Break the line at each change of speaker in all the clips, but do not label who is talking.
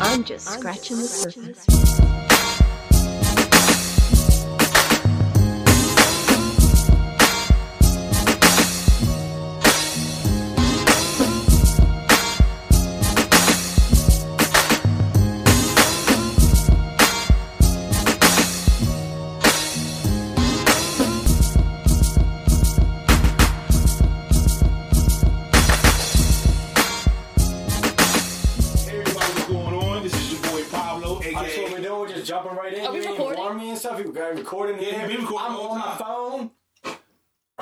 I'm just scratching the surface.
Hey everybody, what's going on? This is your boy Pablo,
That's what
aka.
we're doing. We're just jumping right in.
Are we
You ain't
recording?
warn me and stuff. You got recording.
Yeah, we recording
I'm
all
on
the
my phone.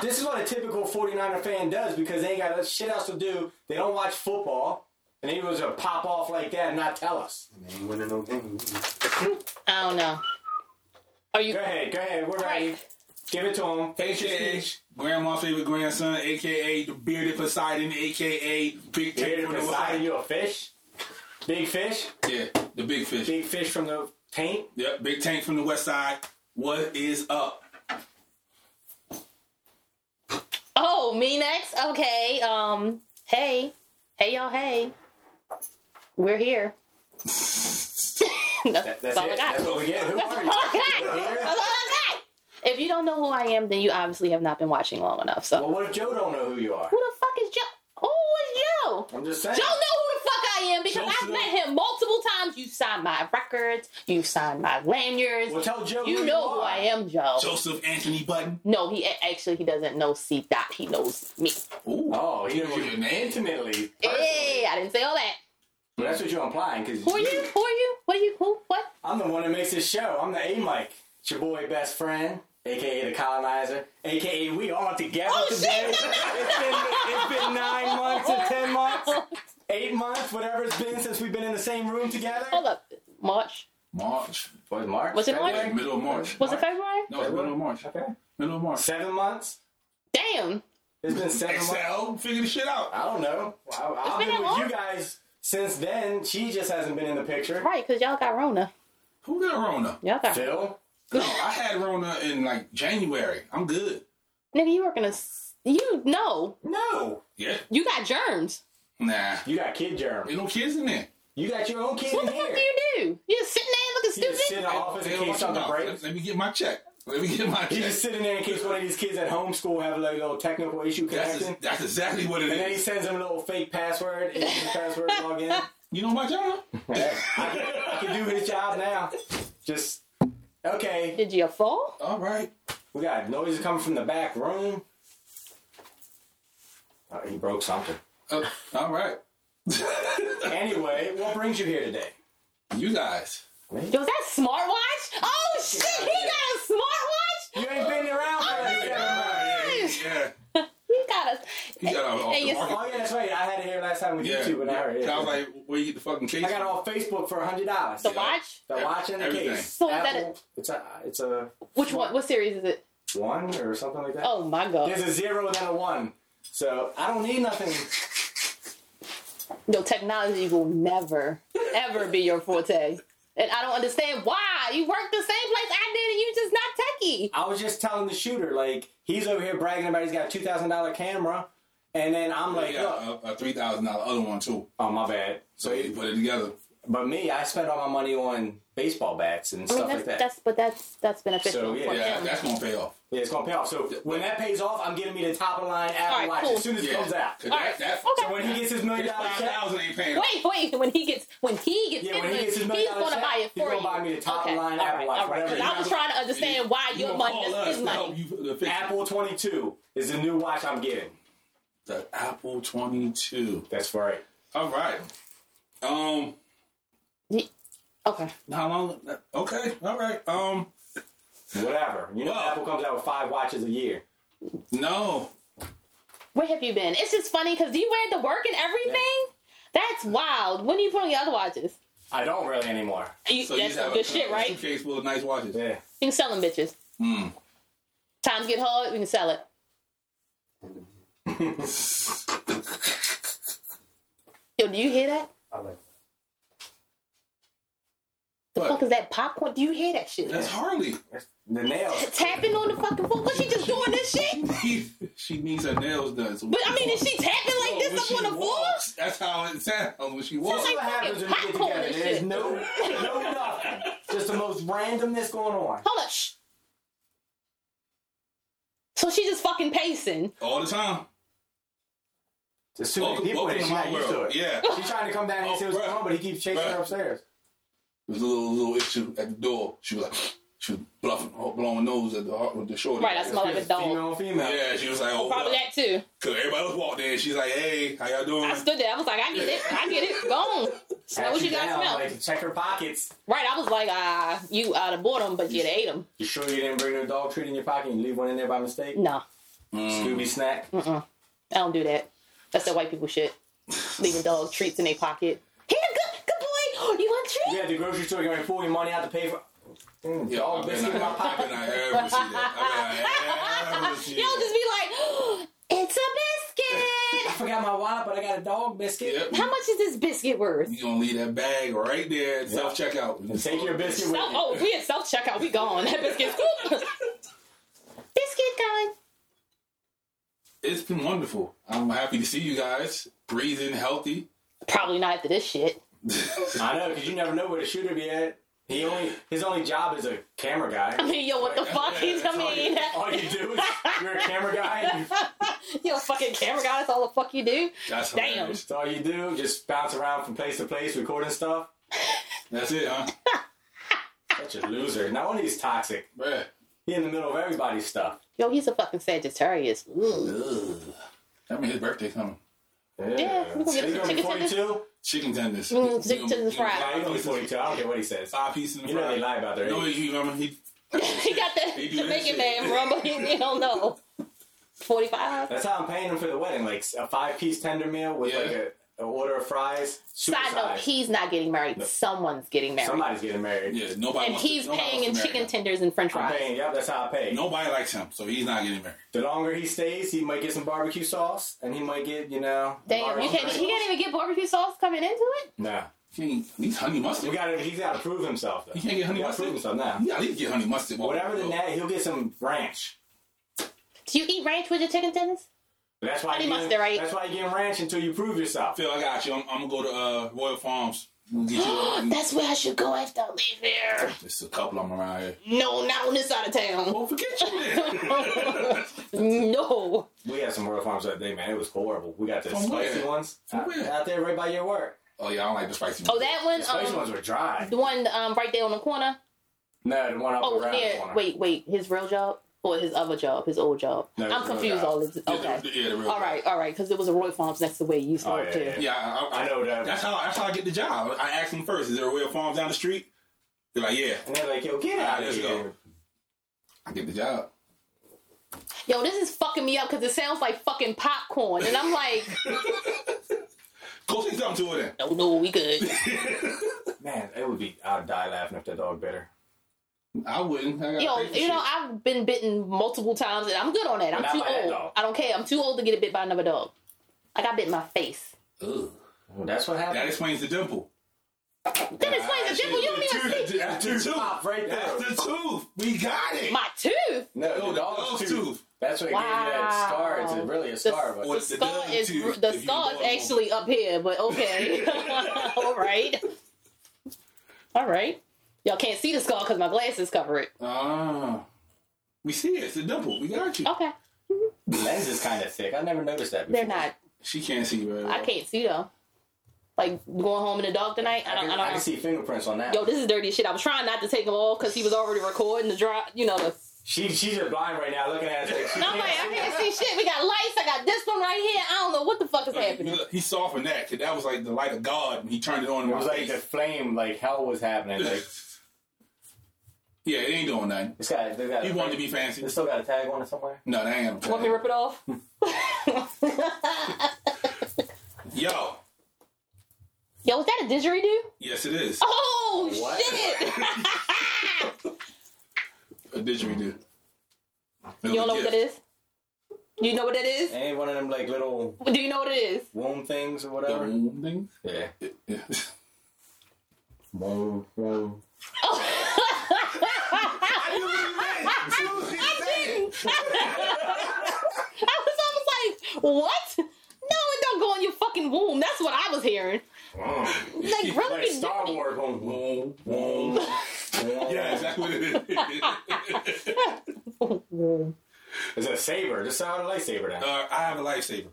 This is what a typical 49er fan does because they ain't got shit else to do. They don't watch football. And they was gonna pop off like that and not tell us.
winning no game.
I don't know. Are you
Go ahead, go ahead. We're ready. Give it to them.
AKA Grandma's favorite grandson, aka the bearded Poseidon, aka Big Cat
Peter
from the
Poseidon,
Ohio.
you a fish? Big fish?
Yeah, the big fish.
Big fish from the paint?
Yep, Big Tank from the West Side. What is up?
Oh, me next? Okay. Um, hey. Hey y'all, hey. We're here. that's,
That, that's
all
it.
I got.
That's what we get. Who
That's
are
all
you?
I got. That's all I got. If you don't know who I am, then you obviously have not been watching long enough. So
Well, what if Joe don't know who you are?
who the fuck is Joe? Who is Joe?
I'm just saying.
Joe know who the fuck I am because
Joe
I've
Snow.
met him multiple times. You've signed my records. You've signed my lanyards.
Well, tell Joe who
you
you
know who
are.
I am, Joe.
Oh.
Joseph Anthony Button.
No, he a- actually he doesn't know C dot. He knows me.
Ooh.
Oh, he didn't
Give your name.
intimately.
Hey, I didn't say all that.
Well, that's what you're implying, because
Who are you? Who are you? What are you? Who? What?
I'm the one that makes this show. I'm the A Mike. It's your boy, best friend, aka the colonizer, aka we are together
Oh, shit,
today.
no, no,
It's been it's been nine months or ten months, eight months, whatever it's been since we've been in the same room together.
Hold up. March.
March.
Was it March?
Was it
February?
March?
Middle of March.
Was it February?
No, it's middle of March.
Okay.
Middle of March.
Seven months.
Damn.
It's been seven months.
Excel, figure the shit out.
I don't know. I, I've
been
been,
that
with
long?
you guys since then. She just hasn't been in the picture.
Right, because y'all got Rona.
Who got Rona?
Y'all got.
Phil.
No, I had Rona in like January. I'm good.
Nigga, you were gonna. s- You know.
No,
Yeah.
You got germs.
Nah.
you got kid germ.
Ain't no kids in there.
You got your own kid
What
in
the fuck
here.
do you do? You just sitting there looking
You just sit in
stupid.
the office in
Hey, watch
case something
your mouth.
breaks.
Let me get my check. Let me get my
He's just
check.
sitting there in case one of these kids at home school have like a little technical issue
That's,
connecting.
that's exactly what it
And then he
is.
sends him a little fake password and his password log in.
You know my job?
I can do his job now. Just okay.
Did you fall?
All right.
We got noises coming from the back room. Oh, he broke something.
Uh, all right.
Anyway, what brings you here today?
You guys.
Was that smartwatch? Oh shit! He got a
You ain't been around for like seven months.
Yeah. yeah.
smartwatch. He got a.
You got off
Hey,
the
you-
market.
Oh yeah, that's right. I had it here last time with
Yeah.
you two, but I heard it.
I was like, where you get the fucking case?
I got it off Facebook for hundred dollars.
The watch.
The watch and the
Everything.
case.
So is that
Apple, it's a it's a
Which one? What series is it?
one or something like that.
Oh my god.
There's a zero then a one. So I don't need nothing.
No, technology will never, ever be your forte. And I don't understand why. You work the same place I did and you just not techie.
I was just telling the shooter, like, he's over here bragging about he's got a two thousand dollar camera. And then I'm
I
like,
got
look,
a, a three thousand dollar other one too.
oh my bad.
So you put it together.
But me, I spent all my money on baseball bats and
I mean,
stuff
that's,
like that.
that's but that's that's beneficial
So, yeah,
for
Yeah,
him.
that's gonna pay off.
yeah, it's gonna pay off. So when that pays off, I'm getting me the top of the line Apple
All right,
Watch
cool.
as soon as
Yeah.
it comes out.
'Cause That,
All right.
that,
Okay.
So when he gets his million dollar
five
check,
thousand ain't paying. off.
Wait, wait. When he gets when he gets
Yeah,
his
when he
money,
gets his
he's
million dollar
gonna
check,
buy it
he's
for
gonna
you.
buy me the top
okay.
line
all
Apple
right,
Watch,
all right.
whatever.
'Cause I was trying to understand why
You
your
gonna
money
call
is
us
his
to help
money.
you to fix it.
Apple 22 is the new watch I'm getting.
The Apple Twenty Two.
That's right.
All right. Um.
Ye- Okay.
How long? Okay. All right. Um.
Whatever. You know,
Wow.
Apple comes out with five watches a year.
No.
Where have you been? It's just funny because you wear the work and everything. That's wild. When do you put on your other watches?
I don't really anymore.
You,
So
that's
you have
some good
a,
shit,
a
right?
Suitcase full of nice watches.
Yeah.
You can sell them, bitches.
Mm.
Times get hard, we can sell it. Yo, do you hear that?
I like.
The
What?
fuck is that popcorn? Do you hear that shit?
That's Harley.
The nails.
Tapping on the fucking phone. What she just doing this shit?
she She needs her nails done. So
But I mean, is she tapping like
When
this
she
up on the floor?
walks, That's how it sounds when she walks.
That's what happens when we get
popcorn
together.
and
There's
shit.
no, no nothing. Just the most randomness going on.
Hold up. Shh. So she just fucking pacing.
All the time.
Just too many
Welcome,
people.
welcome
and
to
She's not
my
used to
world.
it.
Yeah.
She's trying to come down and
Oh,
see what's
bruh.
going on, but he keeps chasing her
Bruh.
upstairs.
There was a little little issue at the door. She was like, she was bluffing, oh, blowing nose at the heart with the shorty.
Right, I smell like a dog.
Female on female.
Yeah, she was like, oh,
Probably that too.
Cause everybody else walked in. She's like, hey, how y'all doing?
I stood there. I was like, I get it. I get it. Gone. Smell
Pat
what you
you
got to
down,
smell.
like check her pockets.
Right. I was like, ah, you out of boredom, but you ate them.
You sure you didn't bring no dog treat in your pocket and leave one in there by mistake?
Mm.
No,
Scooby snack.
Mm. I don't do that. That's that white people shit. Leaving dog treats in their pocket. Here, good, good boy. You want a
You
treat?
at the grocery store, you're pulling your money out to pay for. Mm,
Yo,
dog
I bet
biscuit in my
I, I
pocket.
bet I ever see that. I bet I ever see
Y'all
that.
just be like, it's a
I
biscuit.
forgot my wallet, but I got a dog biscuit.
Yep.
How much is this biscuit worth?
You gonna leave that bag right there at self checkout.
Take your biscuit with
Self,
you.
oh, if we at self checkout. We gone. That biscuit. biscuit gone.
It's been wonderful. I'm happy to see you guys breathing healthy.
Probably not after this shit.
I know, because you never know where the shooter be at. He only his only job is a camera
I
guy.
mean, yo, what the fuck? He's, I mean,
All you do is you're a camera guy.
yo, fucking camera guy. That's all the fuck you do.
That's
Damn.
hilarious.
That's all you do. Just bounce around from place to place, recording stuff.
That's it, huh?
Such a loser. Not only is he toxic,
Bruh.
he in the middle of everybody's stuff.
Yo, he's a fucking Sagittarius. Ooh.
Ugh. That means his birthday coming.
Yeah, we gonna get
He's
some
gonna be
chicken tenders.
42?
Chicken tenders.
Mm, chicken tenders fried.
Yeah, he's gonna be 42. I don't care what he says.
Five pieces in the
You know
fry.
they lie about their
No,
age.
you remember he
he got that
He do that
Jamaican
shit.
man, bro, but he, he don't know. 45?
That's how I'm paying him for the wedding. Like a five piece tender meal with
Yeah.
like a, a order of fries. super
Side note,
size.
he's not getting married. Someone's getting married.
Somebody's getting married.
Yeah, nobody
and
wants to-
he's
nobody
paying
wants
in
to marry
chicken
him.
tenders and french
I'm
fries.
paying. Yep, that's how I pay.
Nobody likes him, so he's not getting married.
The longer he stays, he might get some barbecue sauce, and he might get you know.
Damn, you
barbecue
can't,
sauce.
he can't even get barbecue sauce coming into it?
No,
King, he's honey
we
mustard.
got to. He's got to prove himself. Though.
He can't get honey
He gotta
mustard.
prove himself now.
Yeah, at least get honey mustard. Well,
Whatever the net, he'll get some ranch.
Do you eat ranch with your chicken tenders?
That's why
Honey
you get-
mustard, right?
That's why you get ranch until you prove yourself.
Phil, I got you. I'm, I'm gonna go to uh, Royal Farms. We'll get you.
That's where I should go after I leave here.
There's a couple of them around here.
No, not on this side of town.
Well, forget you then.
No.
We had some Royal Farms that day, man. It was horrible. We got the
From where?
spicy ones
From
out,
where?
out there right by your work.
oh yeah, I don't like the spicy.
Oh, that one?
The spicy
Um,
ones were dry.
the one um, right there on the corner?
No, the one up
Oh,
around the
yeah.
corner.
Wait, wait. His real job or his other job? His old job?
No, his
I'm
real
confused.
job.
All this.
Yeah,
Okay.
the- yeah, the real
all right, all right. Because there was a Roy Farms next to where you used to
Oh,
work
yeah,
too.
yeah,
Yeah, I, I,
I know that.
That's how. That's how I get the job. I ask them first. Is there a Royal Farms down the street? They're like, yeah.
And they're like, yo, get out of
Let's
here.
go. I get the job.
Yo, this is fucking me up because it sounds like fucking popcorn, and I'm like,
Go say something to her then.
no, no, we good.
Man, it would be. I'd die laughing if that dog bit her.
I wouldn't. I gotta
Yo,
pay for
you know,
shit.
I've been bitten multiple times, and I'm good on that. I'm
Not
too
by that
old.
dog.
I don't care. I'm too old to get bit by another dog. I got bit in my face.
Ugh.
Well, that's what happened.
That explains the dimple.
That explains the dimple. You don't even see
That's the tooth.
Pop right there.
That's the tooth. We got it.
my tooth.
No,
Oh,
the dog's
dog's
tooth.
tooth.
That's what gave you that
Wow.
scar. It's really a scar,
The,
but
Or
the
it's the
scar
dumb
is
tooth
the
if you
scar is
bought one.
actually up here, but okay, all right, all right. Y'all can't see the scar because my glasses cover it.
Ah. We see it. It's a dimple. We got you.
Okay,
the lens is kind of thick. I never noticed that before.
they're not.
She can't see very well.
I can't see though. Like going home in the dark tonight. I
I can,
don't. I
I
don't
can
know.
see fingerprints on that.
Yo, this is dirty shit. I was trying not to take him off because he was already recording the drop. You know the.
She, she's just blind right now looking at us like, she
And I'm
can't
like, I
see
can't see shit. We got lights. I got this one right here. I don't know what the fuck is happening.
He, he softened that 'cause that was like the light of God when he turned it on in
It
my
was like
face.
the flame, like hell was happening. Like
yeah, it ain't doing nothing.
this guy, this guy.
He wanted to be fancy.
They still got a tag on it somewhere.
No, that ain't.
Want me to rip it off?
Yo,
Yo, was that a didgeridoo?
yes, it is.
Oh
What?
shit!
A didgeridoo.
you don't know what that is? You know what that is?
Ain't one of them like little
Do you know what it is?
womb things or
The
whatever.
womb thing?
Yeah.
Yeah.
Womb, womb.
I knew what he meant.
I was What? No, it don't go in your fucking womb. That's what I was hearing.
Mm.
Like, really?
Like Star Wars. boom, boom, boom, boom.
Yes, that's what it is.
It's a saber. Just sound a lightsaber now.
uh, I have a lifesaver.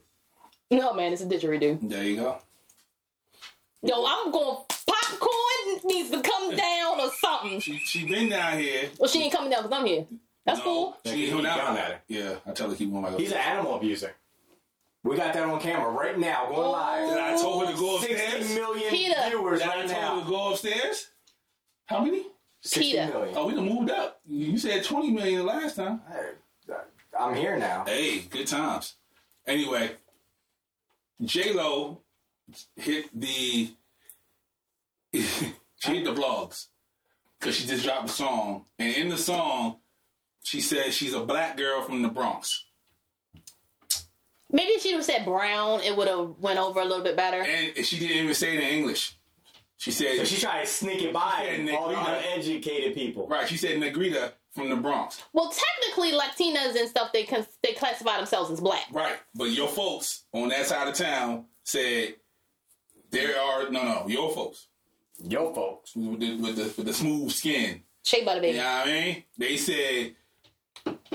No, man, it's a didgeridoo.
There you go.
Yo, I'm going. Popcorn needs to come down or something.
She she been down here.
Well, she ain't coming down because I'm here. That's
No,
cool.
She ain't
He
down,
down
at
at
it.
her.
Yeah, I tell her keep on my.
He's an animal abuser. We got that on camera right now, going live.
I told her to go
60
upstairs.
million
Peter.
viewers
I
right
told her to
now.
go upstairs. How many?
60
Peter.
million.
Oh, we done moved up. You said twenty million the last time.
uh, I'm here now.
Hey, good times. Anyway, J Lo hit the she hit the blogs because she just dropped a song, and in the song, she says she's a black girl from the Bronx,
Maybe if she would have said brown, it would have went over a little bit better.
and she didn't even say it in English. She
So
said
she tried to sneak it by
Yeah,
all the
Negrita.
uneducated people.
right. She said Negrita from the Bronx,
Well, technically, Latinas and stuff they cons- they classify themselves as black.
right? But your folks on that side of town said there are no, no, your folks
Yo, folks.
with the with the, with the smooth skin.
Shea butter baby.
You know what I mean? They said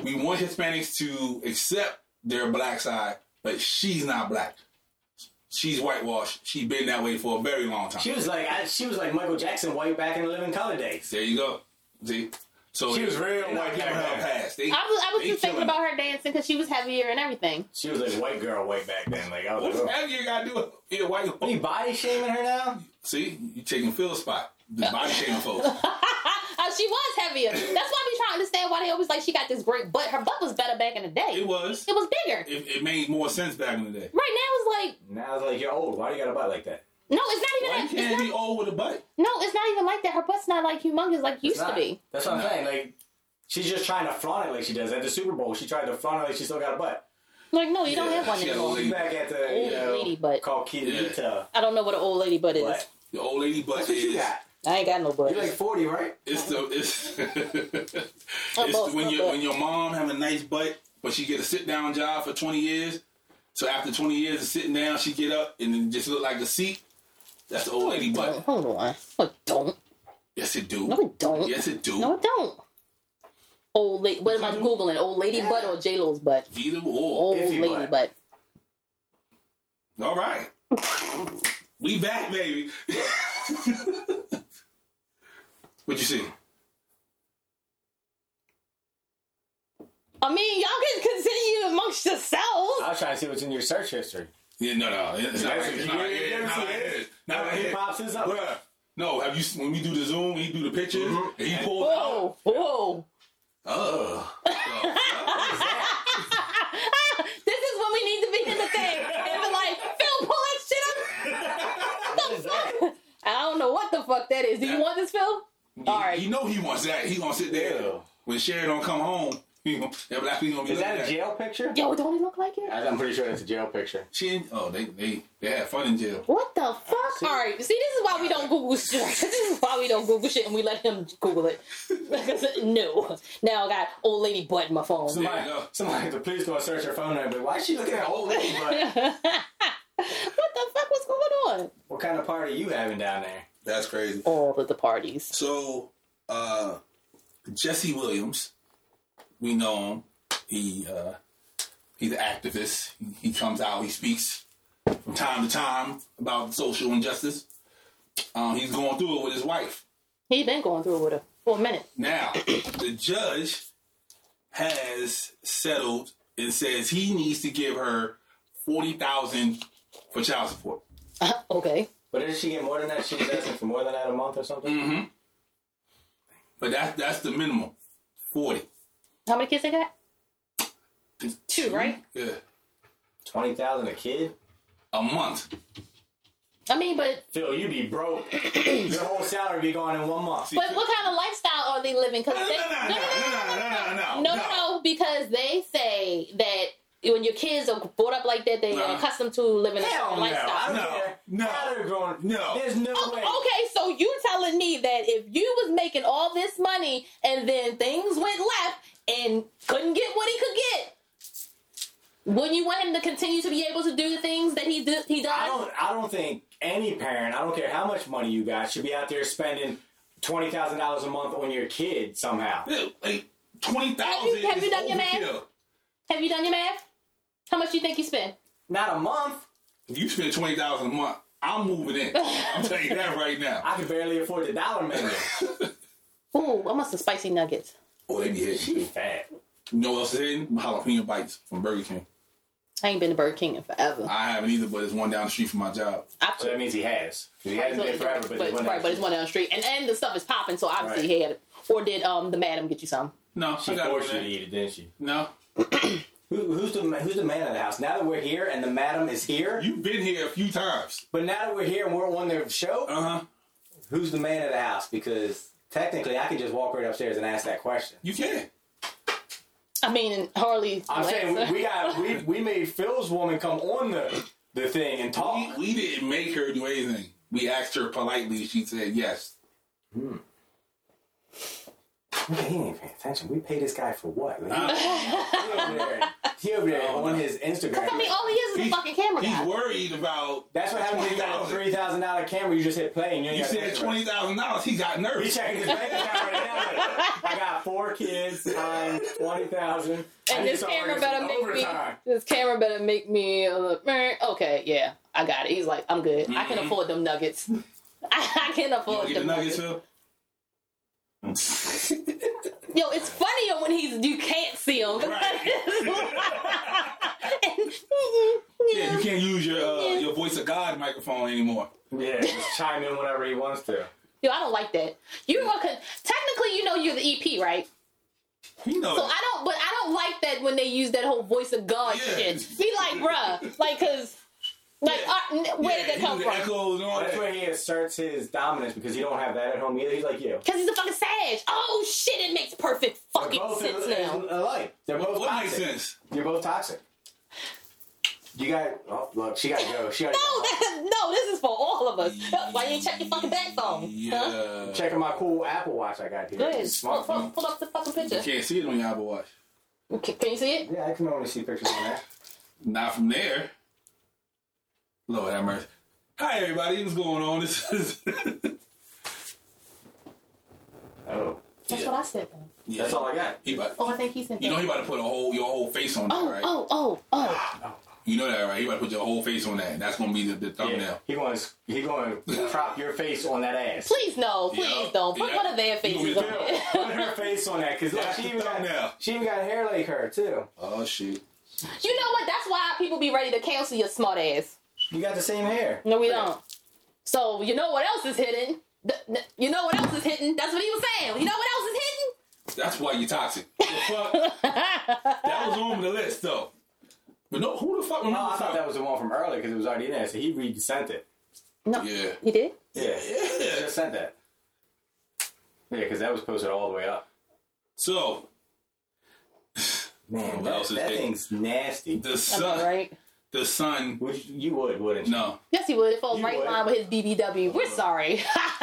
we want Hispanics to accept their black side, but she's not black. She's whitewashed. She's been that way for a very long time.
She was like, I, she was like Michael Jackson white back in the Living Color days.
there you go. See, so
She was real
They're not
white
giving
back
her a
then.
pass. They-
I was I was
they
just thinking
killing
about
her.
her dancing because she was heavier and everything.
She was like white girl white back then. Like I was
What's
like,
that you gotta do? with Being a white
oh.
woman?
you body shaming her now?
See, you taking Phil's spot. The body shaming folks.
Uh, she was heavier. That's why I be trying to understand why they always like she got this great butt. Her butt was better back in the day.
It was.
It was bigger.
It, it made more sense back in the day.
Right now it's like
Now it's like you're old. Why do you got a butt like that?
no, it's not
Why
even
you
that. It's
can't
not,
be old with a butt?
no, it's not even like that. Her butt's not like humongous like it used
It's
to
not.
be.
That's what I'm saying. Like she's just trying to flaunt it like she does at the Super Bowl. She tried to flaunt it like she still got a butt.
Like no, you don't
Yeah,
have one
she had a
anymore.
lady-
She's back at the
Old
you know,
lady butt.
called Kirita.
I don't know what an old lady butt is.
But
The old lady butt
that's what
is.
you got.
I ain't got no butt.
You're like 40, right?
It's the it's, it's
Almost,
when your
almost.
when your mom have a nice butt, but she get a sit down job for twenty years. So after twenty years of sitting down, she get up and then just look like a seat. That's the old lady butt.
Oh, Hold on. No, it don't.
Yes, it do.
No, it don't.
Yes, it do.
No, it don't. Old lady. What am I
Mhm.
googling? Old lady butt or J Lo's butt?
Either or.
Old
Iffy
lady
butt.
butt. Oh.
All right. we back, baby. what you see?
I mean, y'all can continue amongst yourselves.
I was trying to see what's in your search history.
Yeah, no, no, it's not
That's
like
what
it's
you
not like
get.
here,
You
not
ever
like
see
here,
it?
not like
He
here.
pops his up.
Bruh. No, have you when we do the zoom, he do the pictures,
Mhm.
and he pulls out
Whoa, whoa.
Oh.
This is when we need to be in the thing. And be like, Phil, pull that shit
What is that?
up. I don't know what the fuck that is. Do you want this, Phil? All right.
You know he wants that. He gonna sit there
Yeah.
when Sherry don't come home. He gonna, that black people gonna be
Is
looking
that
at
a jail picture?
Yo, don't it look like it?
I- I'm pretty sure that's a jail picture.
She ain't, oh, they they they had fun in jail.
What the fuck? All right. See, this is why we don't Google shit. this is why we don't Google shit and we let him Google it. Because, no. Now I got old lady butt in my phone.
There you
Somebody,
go.
somebody, the police gonna search her phone number. Why is she looking at old lady? But
What the fuck was going on?
what kind of party you having down there?
That's crazy.
All of the parties.
So, uh, Jesse Williams, we know him. He uh, he's an activist. He, he comes out. He speaks from time to time about social injustice. Um, he's going through it with his wife.
He been going through it with her for a minute.
Now, the judge has settled and says he needs to give her forty thousand for child support.
okay.
But did she get more than that? She was asking for more than that a month or
Mm.
something.
But that's that's the minimum, forty.
How many kids they got? Two, right?
Yeah,
Twenty thousand a kid.
a month.
I mean, but
Phil, you be broke. Your whole salary be gone in one month.
but what kind of lifestyle are they living? Because
No, no,
they
no, no, no, no, no,
no, no, no, because they say that when your kids are brought up like that, they are
Nah.
accustomed to living a
Hell
certain
no! I
lifestyle.
don't
No,
care.
no,
Now they're growing.
no.
There's no
O-
way.
Oh, Okay, so you telling me that if you was making all this money and then things went left and couldn't get what he could get, Wouldn't you want him to continue to be able to do the things that he do, he does?
I don't. I don't think any parent, I don't care how much money you got, should be out there spending twenty thousand dollars a month on your kid somehow.
Yeah, Like twenty thousand
Have you- have you
is
done your math?
overkill.
Have you done your math? How much you think you spend?
Not a month.
If you spend twenty thousand a month, I'm moving in. I'm telling you that right now.
I could barely afford the dollar menu.
Ooh, I want some spicy nuggets.
Oh, they be hitting.
She's
You
fat.
know what else is hitting? Jalapeno bites from Burger King.
I ain't been to Burger King in forever.
I haven't either, but it's one down the street from my job.
I
So that means he has. 'Cause He hasn't been forever, but, he went
right,
out.
but it's one down the street, and and the stuff is popping, so obviously he had it. Or did um the madam get you some?
No,
she
I got
forced you to
it.
eat it, didn't she?
No,
Who, who's the who's the man of the house? Now that we're here and the madam is here,
you've been here a few times.
but now that we're here and we're on their show,
Uh huh.
who's the man of the house? Because technically, I can just walk right upstairs and ask that question.
You can.
I mean, Harley.
I'm saying we, we got we, we made Phil's woman come on the the thing and
We,
talk.
we didn't make her do anything. We asked her politely. She said yes.
He didn't even pay attention. We pay this guy for what? Like,
Uh-huh.
he over there, he over there on his
I mean,
Instagram.
all he is is a
He's-
fucking camera
He's
guy.
worried about.
That's what happens when you got a
$20,000.
three thousand dollar camera. You just hit play and you ain't
You
got
said
nothing.
twenty thousand dollars. He got
He
nervous.
checking his bank account right now. I got four kids times twenty thousand.
And this camera better make
overtime.
me. This camera better make me. uh, look, meh. Okay, yeah, I got it. He's like, I'm good. I can afford them nuggets. I, I can
Mm-hmm. You
afford
wanna get the
them
nuggets
nuggets.
Phil?
Yo, it's funnier when he's you can't see him. And-
Yeah, you can't use your uh, your voice of God microphone anymore.
Yeah, just chime in whenever he wants to.
Yo, I don't like that. You are con- technically, you know, you're the EP, right?
You know.
So I don't, but I don't like that when they use that whole voice of God
Yeah.
shit. Be like, bruh, like, cause, like,
Yeah.
uh, n- where
Yeah,
did
he
that come
was
from?
Echoes and all
That's
that.
where he asserts his dominance because he don't have that at home either. He's like you.
Cause he's a fucking sage. Oh shit, it makes perfect fucking sense now.
alike. They're both
What
toxic.
makes sense?
You're both toxic. You got. Oh, look, she got to go. She got to
No,
go.
that, no, this is for all of us. Why you ain't check your fucking back phone? Huh?
Yeah.
Checking my cool Apple Watch I got here.
Go ahead. Pull, pull,
Smartphone.
pull up the fucking
You
picture.
can't see it on your Apple Watch.
Can, can you see it?
Yeah, I can only see pictures on that.
Not from there. Lord have mercy. Hi everybody, what's going on? This is
Oh,
That's
Yeah.
what I said. Though.
yeah.
that's all I got.
He about,
Oh, I think he sent that.
you know he about to put a whole your whole face on that,
oh,
right?
oh, oh, oh.
You know that, right? He about to put your whole face on that. That's gonna be the, the thumbnail.
Yeah, he going. to He going to prop your face on that ass.
Please no, please
Yeah.
don't. Put
Yeah.
one of their
You gonna
faces
be
on
the
it.
Put her face on that because
That's
she
the
even
thumbnail.
got she even got hair like her too.
Oh shit.
You know what? That's why people be ready to cancel your smart ass.
You got the same hair.
No, we don't. So you know what else is hidden? Th- th- You know what else is hidden? That's what he was saying. You know what else is hidden?
That's why you toxic. The fuck? that was on the list though. But no, who the fuck
Oh, I
remembers
thought that was the one from earlier because it was already in there. So he re sent it.
No,
Yeah.
you did.
Yeah,
Yeah.
he just sent that. Yeah, because that was posted all the way up.
So
Man,
What
that,
else is
that
big?
thing's nasty.
the
I'm
sun
right.
the sun
Would you, you would, wouldn't you?
no.
Yes, he would. It falls
You
right in
would.
line with his BBW. We're sorry.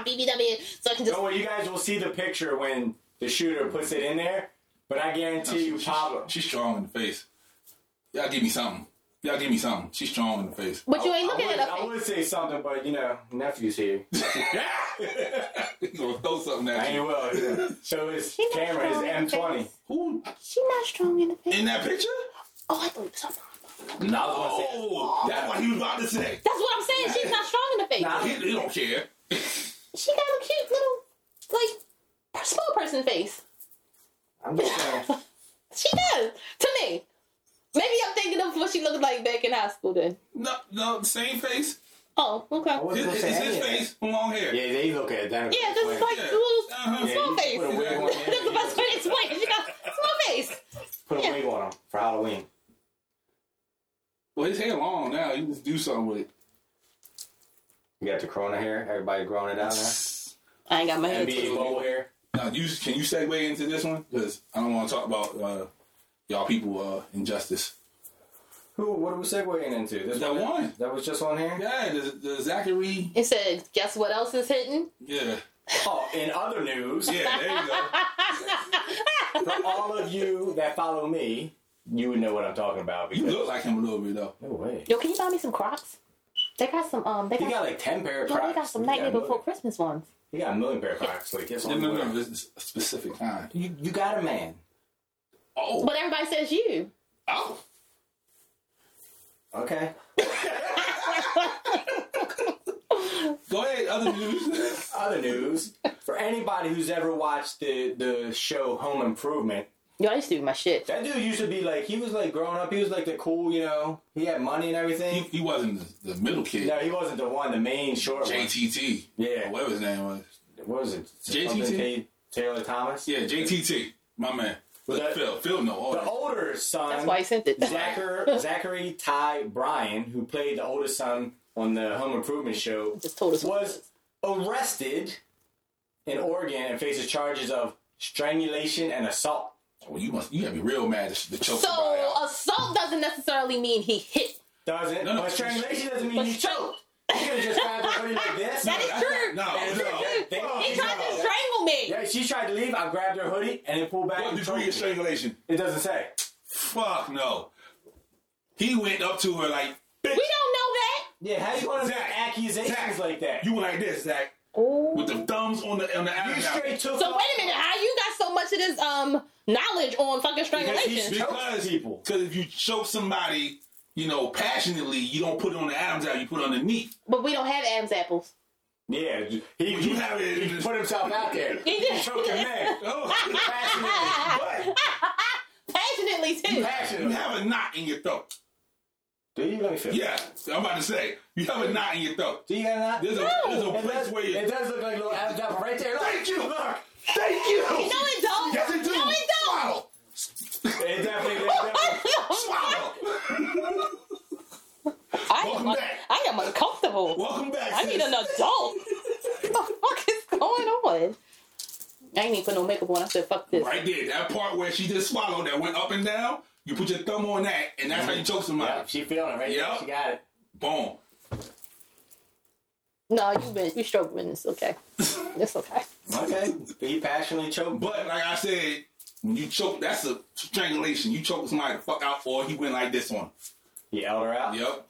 BBW. So I can just.
Don't worry, you guys will see the picture when the shooter puts it in there. But I guarantee you, Pablo.
She's strong in the face. Y'all give me something. Y'all give me something. She's strong in the face.
But you ain't
I
looking
would,
at
I
her.
would say something, but you know, nephew's here.
you gonna throw something
I
at
ain't
you.
will. So his camera is M20.
Who
She's not strong in the face.
in that picture?
Oh, I thought something.
No, that's what he was about to say.
That's what I'm saying. She's not strong in the face.
Nah.
He, he don't care.
She got a cute little, like, small person face.
I'm just saying.
She does to me. Maybe I'm thinking of what she looked like back in high school then.
No, no, same face.
Oh, okay.
I wasn't
It's,
gonna
it's
say
his
any of that.
face, long hair.
Yeah, they look at that.
Yeah, this is like
Yeah.
the little
Uh-huh.
Yeah,
small
you
face.
Put a wig on him.
That's the best way to explain it. She got small face.
Put a wig on him for Halloween.
Well, his hair long now. You just do something with it.
You got the Corona hair. Everybody growing it out now.
I ain't got my head.
NBA bowl hair.
Now, you can you segue into this one? Because I don't want to talk about uh, y'all people uh, injustice.
Who? What are we segueing into? This
That one.
That was just on here.
Yeah, the, the Zachary.
It said, guess what else is hidden?
Yeah,
Oh, in other news,
yeah. There you go.
for all of you that follow me, you would know what I'm talking about.
You
Because,
look like him a little bit though.
no way.
Yo, can you buy me some Crocs? They got some. Um, they
He
got,
got like ten pair of
yeah,
Crocs.
they got some
He
Nightmare
a million-
Before Christmas ones.
He got a million pair of Crocs. Like that's
No,
all
no,
he
no.
wears.
This is a specific kind.
You you got a man.
Oh,
But everybody says you.
oh.
Okay.
Go ahead. Other news.
Other news for anybody who's ever watched the the show Home Improvement.
Yo, I used to do my shit.
That dude used to be like he was like growing up. He was like the cool, you know. He had money
he,
and everything.
he wasn't the, the middle kid.
No, he wasn't the one. The main short
JTT.
Yeah.
Whatever his name was.
one. What was it?
JTT?
Something Tay- Taylor Thomas.
Yeah, JTT. My man. Look,
that-
Phil. Phil know all
The
that.
older son.
That's why I sent it.
Zachary, Zachary Ty Bryan, who played the oldest son on the Home Improvement show,
Just told us what
was arrested in Oregon and faces charges of strangulation and assault.
Well, you must. You gotta be real mad to, to choke somebody
So uh,
out.
assault doesn't necessarily mean he hit.
Doesn't
No, no.
but strangulation doesn't mean
But
you
stroke.
choked. You could have just grabbed her hoodie like this.
That is true.
No, no.
They-
He tried to
no.
strangle me.
Yeah, she tried to leave. I grabbed her hoodie and then pulled back.
What
and
degree of
choked her.
strangulation?
It doesn't say.
Fuck no. He went up to her like, bitch,
We don't know that.
Yeah, how you going to
Zach,
make accusations
Zach,
like that?
you went like this, Zach, with the thumbs on the on the
You
abdomen.
straight took
So
off-
wait a minute. How you got so much of this um knowledge on fucking
he's
strangulation?
big.
because
Choke people.
Because if you choke somebody, you know, passionately, you don't put it on the Adam's apple, you put it underneath.
But we don't have Adam's apples.
Yeah, he, he,
You have it.
he put himself out there.
He did.
Choke your man.
Oh,
Passionately.
Passionately too.
But
you
passionately.
have a knot in your throat.
Do you let me feel?
Yeah, I'm about to say you have a knot in your throat.
Do you got
There's
that?
a, there's a
It
place
does,
where
it
you.
does look like a little Adam's apple right there. Look.
Thank you.
Look.
Thank you.
No, it don't.
Yes, it do.
No, it don't. Oh,
Swallow.
It definitely, it definitely.
Swallow.
I am,
Welcome back.
I am uncomfortable.
Welcome back.
I need
sis.
an adult. what the fuck is going on? I ain't even put no makeup on. I said, fuck this.
Right there, that part where she just swallowed that went up and down. You put your thumb on that, and that's how you choke somebody.
Mm-hmm. Yeah, she feeling it right
Yep.
there. She got it.
Boom.
No, you've been, you struggling. It's okay. It's okay.
Okay. He passionately choked.
But like I said, when you choke, that's a strangulation. You choke somebody the fuck out, or he went like this one.
He held her out.
Yep.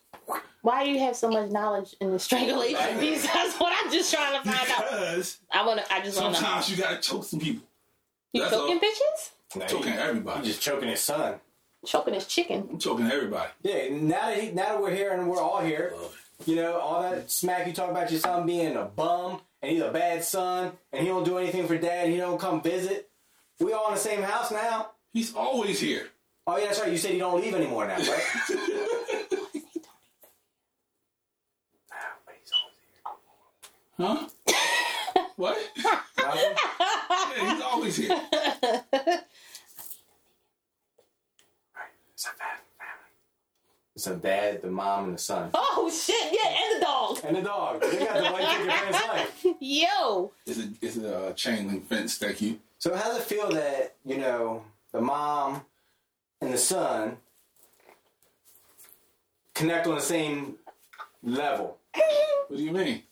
Why do you have so much knowledge in the strangulation piece? That's what I'm just trying to find out.
Because
I want to, I just want to know.
sometimes you gotta choke some people.
You
that's
choking
all.
bitches?
Now he-
Choking
he
everybody.
just choking his son.
Choking is chicken.
I'm choking everybody.
Yeah, now that, he, now that we're here and we're all here, you know, all that smack you talk about your son being a bum and he's a bad son and he don't do anything for dad, he don't come visit. We all in the same house now.
He's always here.
Oh yeah, that's right. You said you don't leave anymore now, right? Nah, but he's
Huh? what?
always here. Huh?
Yeah, he's always here.
Right. It's a bad family. It's a dad, the mom, and the son.
Oh, shit. Yeah, and the dog.
And the dog. They got the white chicken friend's life.
Yo.
It's a it's a uh, chain link fence. Thank you.
So how does it feel that, you know, the mom and the son connect on the same level?
What do you mean?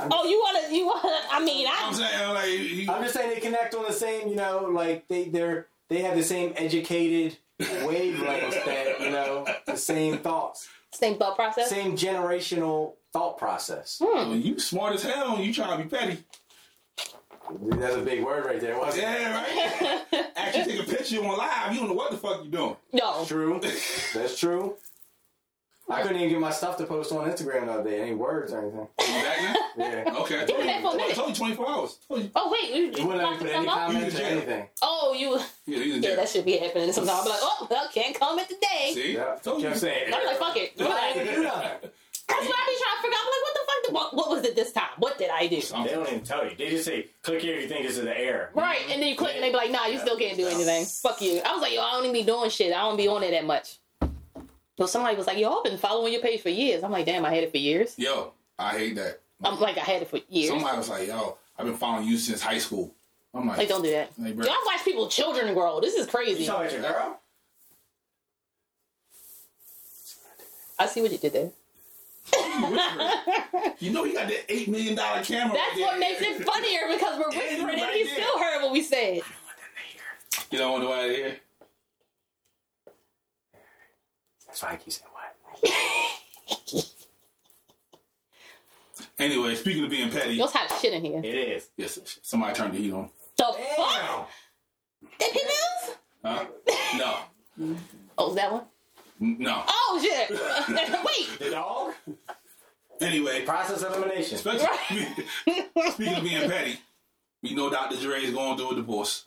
Oh, you want to, you want to, I mean,
I'm
I,
saying like he-
I'm just saying they connect on the same, you know, like they they're they have the same educated wavelengths that, you know, the same thoughts.
same thought process.
Same generational thought process.
Well,
Hmm.
you smart as hell. and You trying to be petty?
That's a big word right there, wasn't it?
Yeah, right. Actually, take a picture on live. You don't know what the fuck you doing.
No.
True. That's true. I couldn't even get my stuff to post on Instagram the other day. Any words or anything.
You back now?
Yeah.
Okay. I
You
told
were there for
you,
a
I
minute.
told you 24 hours. I told you.
Oh, wait. You, you
You wouldn't let me
locked
put
yourself
any
up?
comments
You
or
in jail.
anything.
Oh, you.
Yeah, he's in
Yeah,
jail.
that should be happening sometimes. I'm like, oh, well, can't comment today.
See?
Yeah.
Told you.
Kept saying.
I'm like, fuck it. What did
I
I
didn't do nothing.
That's what I be trying to figure out. I'm like, what the fuck? Did, what, what was it this time? What did I do?
They don't even tell you. They just say, click here if you think this is the air.
Right, and then you click, and they be like, nah, you still can't do anything. Fuck you. I was like, yo, I don't even be doing shit. I don't be on it that much. So somebody was like, yo, I've been following your page for years. I'm like, damn, I had it for years.
Yo, I hate that.
I'm like, I had it for years.
Somebody was like, yo, I've been following you since high school. I'm like,
like, don't do that.
Hey,
Y'all
bro.
watch people children grow. This is
You
crazy.
talking about your girl?
I see what you did there.
you know, he got that $8 million camera. right
That's
there.
what makes it funnier because we're whispering and
right
he
there.
still heard what we said.
You don't want nobody here?
That's why I keep saying what.
Anyway, speaking of being petty,
It was hot as shit in here.
It is.
yes, somebody turned the heat on.
The fuck?
Damn.
That pig nose?
Huh? No,
Oh, is that one?
no.
Oh shit! Wait.
The dog?
Anyway,
Process elimination.
Especially- Speaking of being petty, we know Dr. Dre is going through a divorce.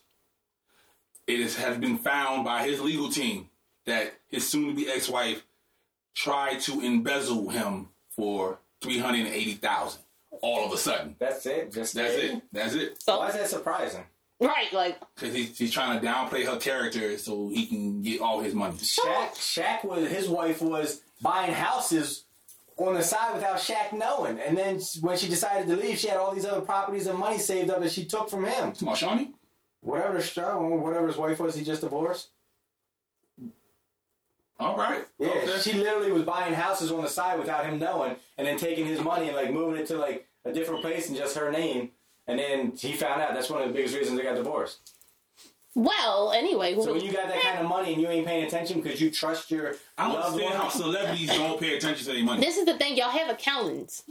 It is, has been found by his legal team that his soon-to-be ex-wife tried to embezzle him for three hundred and eighty thousand. All of a sudden,
That's it. Just
that's it. That's it.
Why
So
is that surprising?
right, like
Because he's, he's trying to downplay her character so he can get all his money.
Shaq, Shaq was his wife was buying houses on the side without Shaq knowing, and then when she decided to leave, she had all these other properties and money saved up that she took from him.
Come on, Shawnee.
Whatever the show, whatever his wife was, he just divorced.
All right.
Yeah,
Okay.
she literally was buying houses on the side without him knowing, and then taking his money and like moving it to like a different place in just her name. And then he found out that's one of the biggest reasons they got divorced.
well. Anyway,
So when you got that kind of money and you ain't paying attention because you trust your
I don't
loved
understand
one,
how celebrities don't pay attention to their money.
this is the thing, y'all have accountants.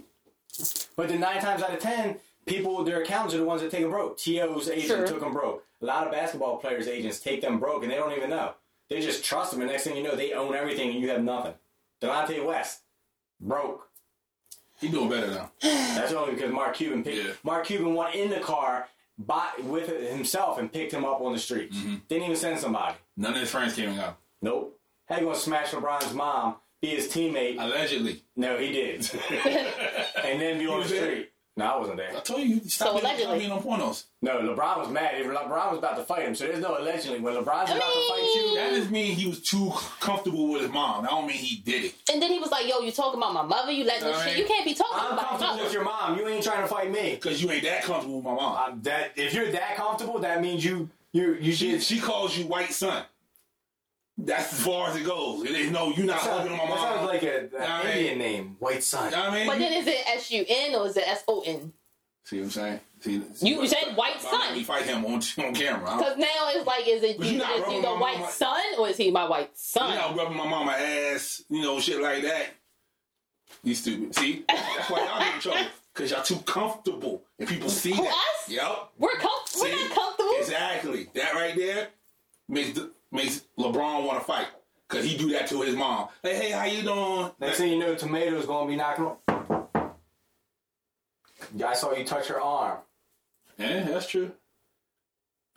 But then nine times out of ten, people their accountants are the ones that take them broke. To's agent
Sure.
took them broke. A lot of basketball players' agents take them broke, and they don't even know. They just trust them, and next thing you know, they own everything, and you have nothing. Delonte West broke.
He doing better now.
That's only because Mark Cuban picked
Yeah.
Mark Cuban went in the car by, with himself and picked him up on the streets.
Mm-hmm.
Didn't even send somebody.
None of his friends came out.
Nope. How you gonna smash LeBron's mom? Be his teammate?
Allegedly.
No, he did. and then be on the
was there?
street. No, I wasn't there.
I told you, stop,
So
being, stop
allegedly.
being on pornos.
No, LeBron was mad. If LeBron was about to fight him, so there's no allegedly. When LeBron's about to fight you,
That just mean he was too comfortable with his mom. I don't mean he did it.
And then he was like, "Yo, you talking about my mother? You letting this
Alright.
shit? You can't be talking
I'm
about my
comfortable
mother."
with your mom. You ain't trying to fight me.
Because you ain't that comfortable with my mom.
Um, that if you're that comfortable, that means you you you
She,
should.
she calls you white son. That's as far as it goes. It is no, you're not
That
hugging my mom.
sounds like a,
You know what
an
I mean?
Indian name, White Son.
You know what I mean?
But then is it S U N or is it S O N?
See what I'm saying? See,
You said white son.
You fight him on, on camera. I'm-
Because now it's like, is it
But you
is
not
he
rubbing
the
my
white
mama-
son or is he my white son?
You're not rubbing my mama ass, you know, shit like that. You stupid. See? That's why y'all get in trouble. Because y'all too comfortable. And people see
Who,
that.
us?
Yep.
We're com- we're
See?
not comfortable.
Exactly. That right there makes makes LeBron want to fight because he do that to his mom. Like, hey, how you doing?
Next thing you know, Tomato's gonna be knocking on. Yeah, I saw you touch her arm.
Yeah, that's true.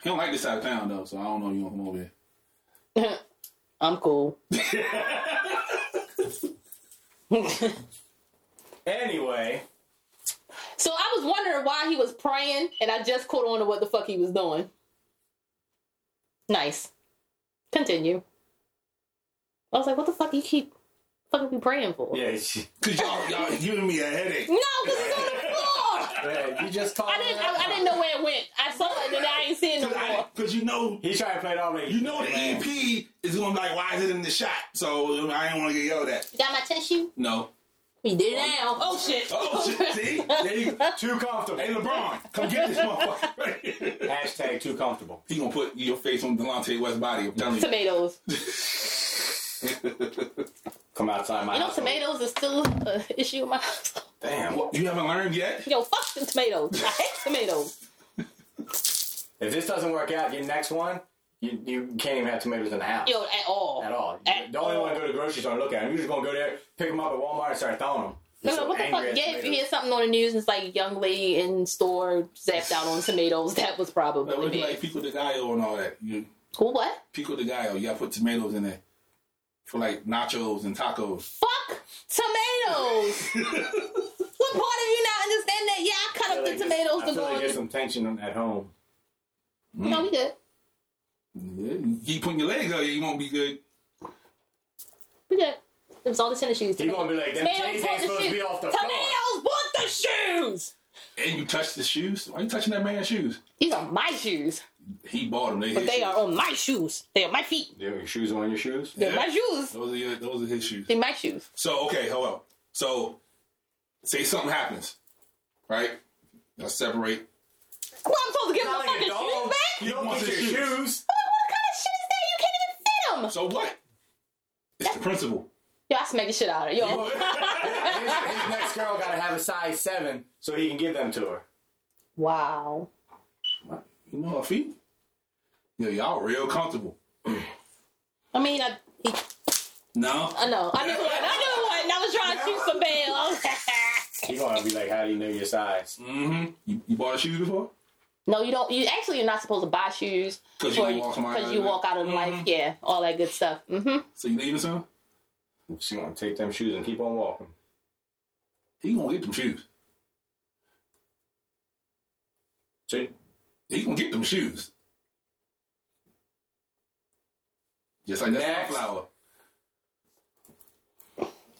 He don't like this side of town though, so I don't know if you want to come over here.
I'm cool.
Anyway,
So I was wondering why he was praying, and I just caught on to what the fuck he was doing. Nice. Continue. I was like, what the fuck you keep fucking be praying for?
yeah, she,
Cause y'all y'all giving me a headache.
No, because it's on the floor.
yeah, you just called.
I didn't. I, I didn't know where it went. I saw it, and then I ain't seeing no
Cause, I,
more.
Cause you know
He tried to play it all like
you know the
E
EP is going to be like why is it in the shot? So I ain't want to get yelled at.
You got my tissue?
No.
You did it now. Oh shit.
Oh shit! See, there you go.
Too comfortable.
Hey LeBron, come get this motherfucker.
Hashtag too comfortable.
he gonna put your face on Delonte West's body. I'm telling you.
Tomatoes.
Come outside my
You know,
house.
tomatoes is still an issue in my house.
Damn.
What, you haven't learned yet?
Yo, fuck the tomatoes. I hate tomatoes.
If this doesn't work out, your next one, you, you can't even have tomatoes in the house
Yo, Eh. at all.
at all.
At
You don't even want to go to the grocery store and look at them. You're just going to go there, pick them up at Walmart, and start throwing them.
No, no, what the fuck? Yeah, if you hear something on the news and it's like young lady in store zapped out on tomatoes, that was
Like,
probably
what do
me.
you like pico de gallo and all that? You
Who what?
pico de gallo, you gotta put tomatoes in there for like nachos and tacos.
Fuck tomatoes! what part of you not understand that? Yeah, I cut up the tomatoes
I
to
feel
go
like
on
there's
the...
some tension at home.
No, we good.
Yeah, you keep putting your legs out, you won't be good.
We good. It was all the tennis shoes.
He gonna be like, them
Tomatoes
J's ain't
bought the
supposed to be
shoes.
off the floor.
Tomatoes bought the shoes!
And you touch the shoes. Why you touching that man's shoes?
These are my shoes.
He bought them. They
But
his
they
shoes.
are on my shoes. They are my feet.
Do you have your shoes on your shoes?
They're
Yeah.
my shoes.
Those are your, those are his shoes.
They're my shoes.
So okay, hold on. So say something happens, right? Y'all separate.
Well, I'm supposed to give my
Not like a
fucking
dog.
shoes back?
You don't
Wants
get your
his shoes.
shoes.
What kind of shit is that? You can't even fit them.
So what? It's the principle.
Yo, I smack the shit out of her. Yo,
his, his next girl gotta have a size seven so he can give them to her.
wow.
What? You know her feet? Yo, y'all real comfortable.
I mean, I, he,
No?
I know. I knew one. I knew one. And I was trying to shoot for bail. I was
He gonna be like, how do you know your size?
Mm-hmm. You, you bought shoes before?
no, you don't. You actually you're not supposed to buy shoes
'Cause you
for-
walk somebody out of
you
it.
walk out of
Mm-hmm.
life. Yeah, all that good stuff. hmm
So you leaving some?
She gonna take them shoes and keep on walking.
He gonna get them shoes.
See?
He gonna get them shoes. Just like that
Next.
sunflower.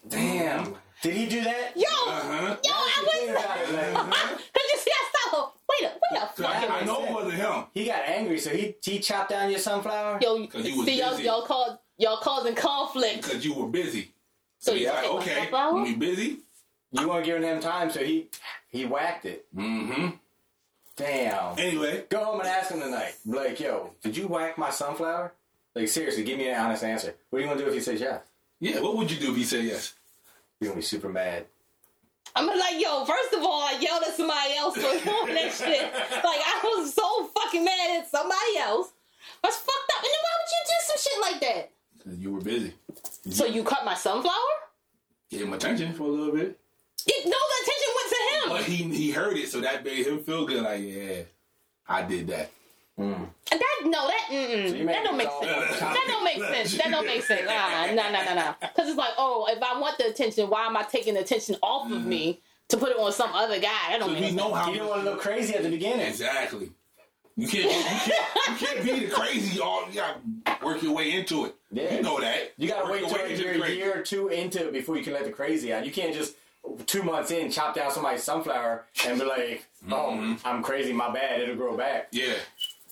Damn. Did he do that?
Yo,
Uh-huh.
yo, I
Think
was.
about it, man.
Cause you see, I saw. her. Wait a, wait a
So I,
fucking.
I know it wasn't him.
He got angry, so he he chopped down your sunflower.
Yo,
Cause you was
see, y'all,
busy.
y'all cause y'all causing conflict.
Because you were busy.
So
He's
you
like,
take my
okay, Mm.
sunflower?
when you busy,
You weren't giving him time, so he he whacked it.
mm-hmm.
Damn.
Anyway,
Go home and ask him tonight. Be Like, yo, did you whack my sunflower? Like, seriously, give me an honest answer. What are you gonna do if he says yes?
yeah, what would you do if he said yes?
You're gonna be super mad.
I'm gonna like, yo, first of all, I yelled at somebody else for doing that shit. Like, I was so fucking mad at somebody else. I was fucked up. And then why would you do some shit like that?
'Cause you were busy.
So you cut my sunflower?
Give him attention for a little bit.
It, no, the attention went to him.
But he he heard it, so that made him feel good. Like, yeah, I did that.
Mm.
And that, no, that, mm-mm.
you
that
made
don't
it
make
all-
sense. That don't make sense. That don't make sense. Nah, nah, nah, nah, nah. Because it's like, oh, if I want the attention, why am I taking the attention off of me to put it on some other guy? That don't make
We
sense.
Mm-hmm. know how
You didn't want to look crazy at the beginning.
exactly. You can't, you can't you can't be the crazy. All you got to work your way into it.
Yeah.
You know that.
You gotta
Work
wait
your
till
way into
you're
the
a
crazy.
year or two into it before you can let the crazy out. You can't just two months in chop down somebody's sunflower and be like, oh, I'm crazy, my bad, it'll grow back.
Yeah.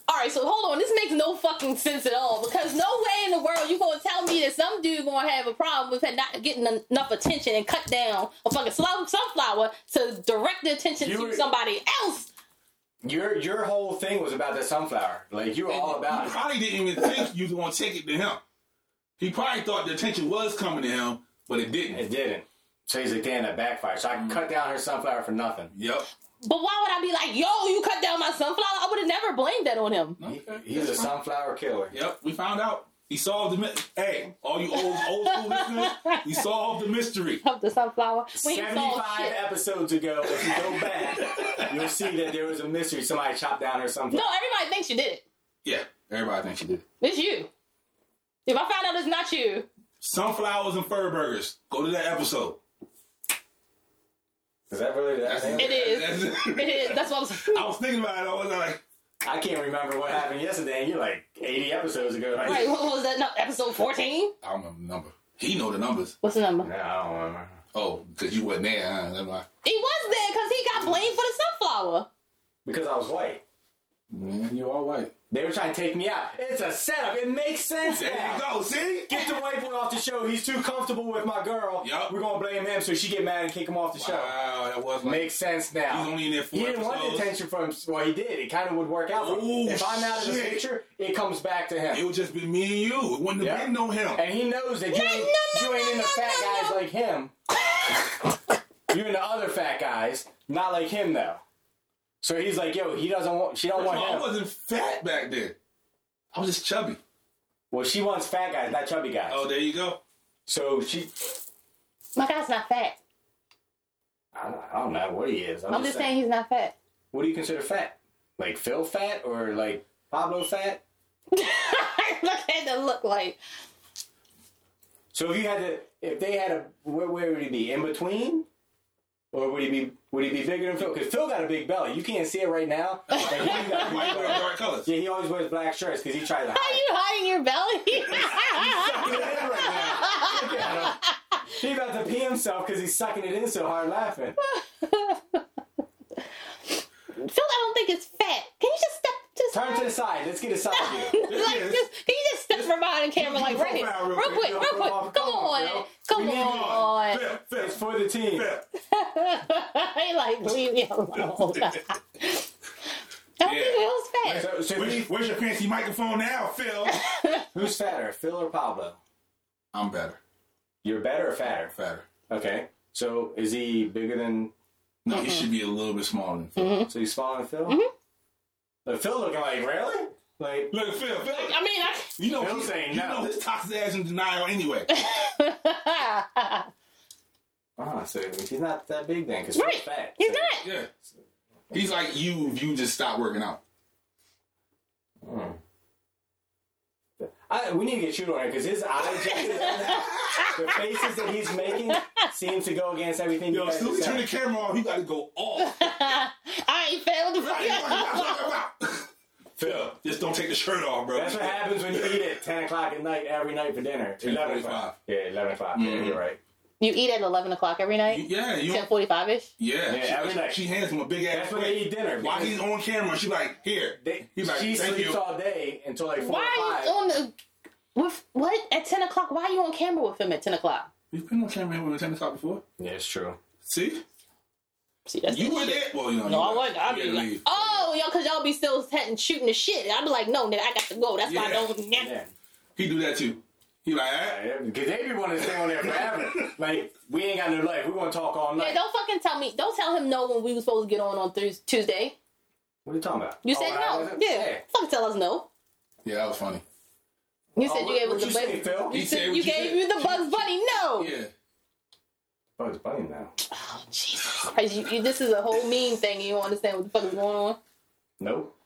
All right, so hold on. This makes no fucking sense at all because no way in the world you gonna tell me that some dude gonna have a problem with her not getting en- enough attention and cut down a fucking sun- sunflower to direct the attention
You
to
were-
somebody else.
Your your whole thing was about the sunflower. Like you were all about
He
it.
probably didn't even think you was gonna take it to him. He probably thought the attention was coming to him, but it didn't.
It didn't. So he's like, damn, that backfired. So I cut down her sunflower for nothing.
Yep.
But why would I be like, yo, you cut down my sunflower? I would have never blamed that on him.
He, he's a sunflower killer.
Yep. We found out. He solved the mystery. Hey, all you old old school listeners, he solved the mystery.
Help the sunflower. We ain't solved
75
shit.
episodes ago, if you go back, you'll see that there was a mystery. Somebody chopped down her sunflower.
No, everybody thinks you did it.
Yeah. Everybody thinks you did.
It's you. If I find out it's not you,
Sunflowers and fur burgers. Go to that episode.
Is that really that?
it is.
That's-
It is. That's what I was.
I was thinking about it. I was like,
I can't remember what happened yesterday, and you're like 80 episodes ago. Like,
Right, what was that? No, episode 14?
I don't remember the number. He know the numbers.
What's the number?
No, I don't remember.
Oh, because you wasn't there. Huh? That's why.
He was there because he got blamed for the sunflower.
Because I was white.
Man, you all white.
They were trying to take me out. It's a setup. It makes sense
There
now.
you go. See?
Get the white boy off the show. He's too comfortable with my girl.
Yup.
We're gonna blame him, so she get mad and kick him off the show.
Wow, that was like.
Makes sense now.
He was only in there four
He didn't want
episodes.
the attention from. Well, he did. It kind of would work out. for him.
Oh,
if I'm out of the
shit.
picture, it comes back to him.
It would just be me and you. It wouldn't have
Yeah.
been no him.
And he knows that you,
No,
ain't,
no, no,
you ain't
no,
into
no,
fat
no,
guys
no.
like him. You're into other fat guys, not like him though. So he's like, yo, he doesn't want, she don't
So
want
I
him.
wasn't fat back then. I was just chubby.
Well, she wants fat guys, not chubby guys.
Oh, there you go.
So she,
My guy's not fat.
I don't, I don't know what he is. I'm,
I'm just saying he's not fat.
what do you consider fat? Like Phil fat or like Pablo fat?
look at the look like.
So if you had to, if they had a, where, where would he be? In between? Or would he be would he be bigger than Phil? Because Phil got a big belly. You can't see it right now. Like, he got a
White
big
wear
belly.
dark colors.
Yeah, he always wears black shirts because he tries to
Are
hide.
you hiding your belly?
He's right now. Look at him. He about to pee himself because he's sucking it in so hard laughing.
Phil, I don't think it's fat. Can you just step just
Turn to the side. Let's get a side view.
like
Yes.
just can you just step from behind the camera like right here.
Profile
Real quick, real
Come on,
quick. Come on.
Phil.
Come
We need
on.
Phil, Phil,
It's for the team.
Phil.
He like leave me alone. I don't
Yeah.
think Phil's fat.
So, so
Where's,
who-
where's your fancy microphone now, Phil?
who's fatter, Phil or Pablo?
I'm better.
You're better or fatter?
Fatter.
Okay. So is he bigger than?
No, he should be a little bit smaller than Phil.
So he's smaller than Phil?
Mm-hmm.
But Phil looking like really? Like
Look, Phil, Phil.
I mean,
You know,
Phil
he-
saying
you
no.
know his toxic ass in denial anyway.
I,
ah, so he's not that big then because
right?
Phil's fat.
He's
So-
not.
yeah. He's like you if you just stop working out.
I, we need to get Shooter on it because his eye gestures, the faces that he's making, seem to go against everything.
Yo,
you
as
guys
soon as you
said.
turn the camera off, you gotta go off.
I ain't failed.
Phil, just don't take the shirt off, bro.
That's what happens when you eat at ten o'clock at night every night for dinner. 11 o'clock.
10:45.
Yeah, eleven o'clock.
Mm-hmm.
Yeah, you're right.
You eat at eleven o'clock every
You-
night.
Yeah, you.
Ten forty-five ish.
Yeah,
Yeah,
she,
every night.
she hands him a big ass
That's when they
plate.
eat dinner.
While
because
he's on camera, she like, here.
they-
He's like,
she
thank
sleeps
you.
all day until like four
Why
or
are
five.
you on the with what at ten o'clock? Why are you on camera with him at ten o'clock?
You've been on camera here when we were 10 o'clock before.
yeah, it's true.
See?
See, that's
You were there. Well, you know.
No,
you
I
were-
wasn't. I'd
you
be
had to
like,
leave.
oh, y'all, cause y'all be still setting, shooting the shit. I'd be like, no, nigga, I got to go. That's why I
Yeah.
don't.
Yeah.
He do that too. He like, eh?
Because they be wanting to stay on there forever. like, we ain't got no life. We want to talk all night.
Yeah, don't fucking tell me. Don't tell him no when we were supposed to get on on Thursday, Tuesday.
What are you talking about?
You
Oh,
said
when I
no.
wasn't-
Yeah. Fucking tell us no.
yeah, that was funny.
You
Oh,
said
what-
you gave
what
us the
you
bug-
say, Phil?
You
He
said
said
you
what you
gave
said.
me the Bugs Bunny. No.
Yeah.
Oh, it's funny now.
Oh, Jesus Christ. You, you, this is a whole meme thing. and You don't understand what the fuck is going on.
Nope.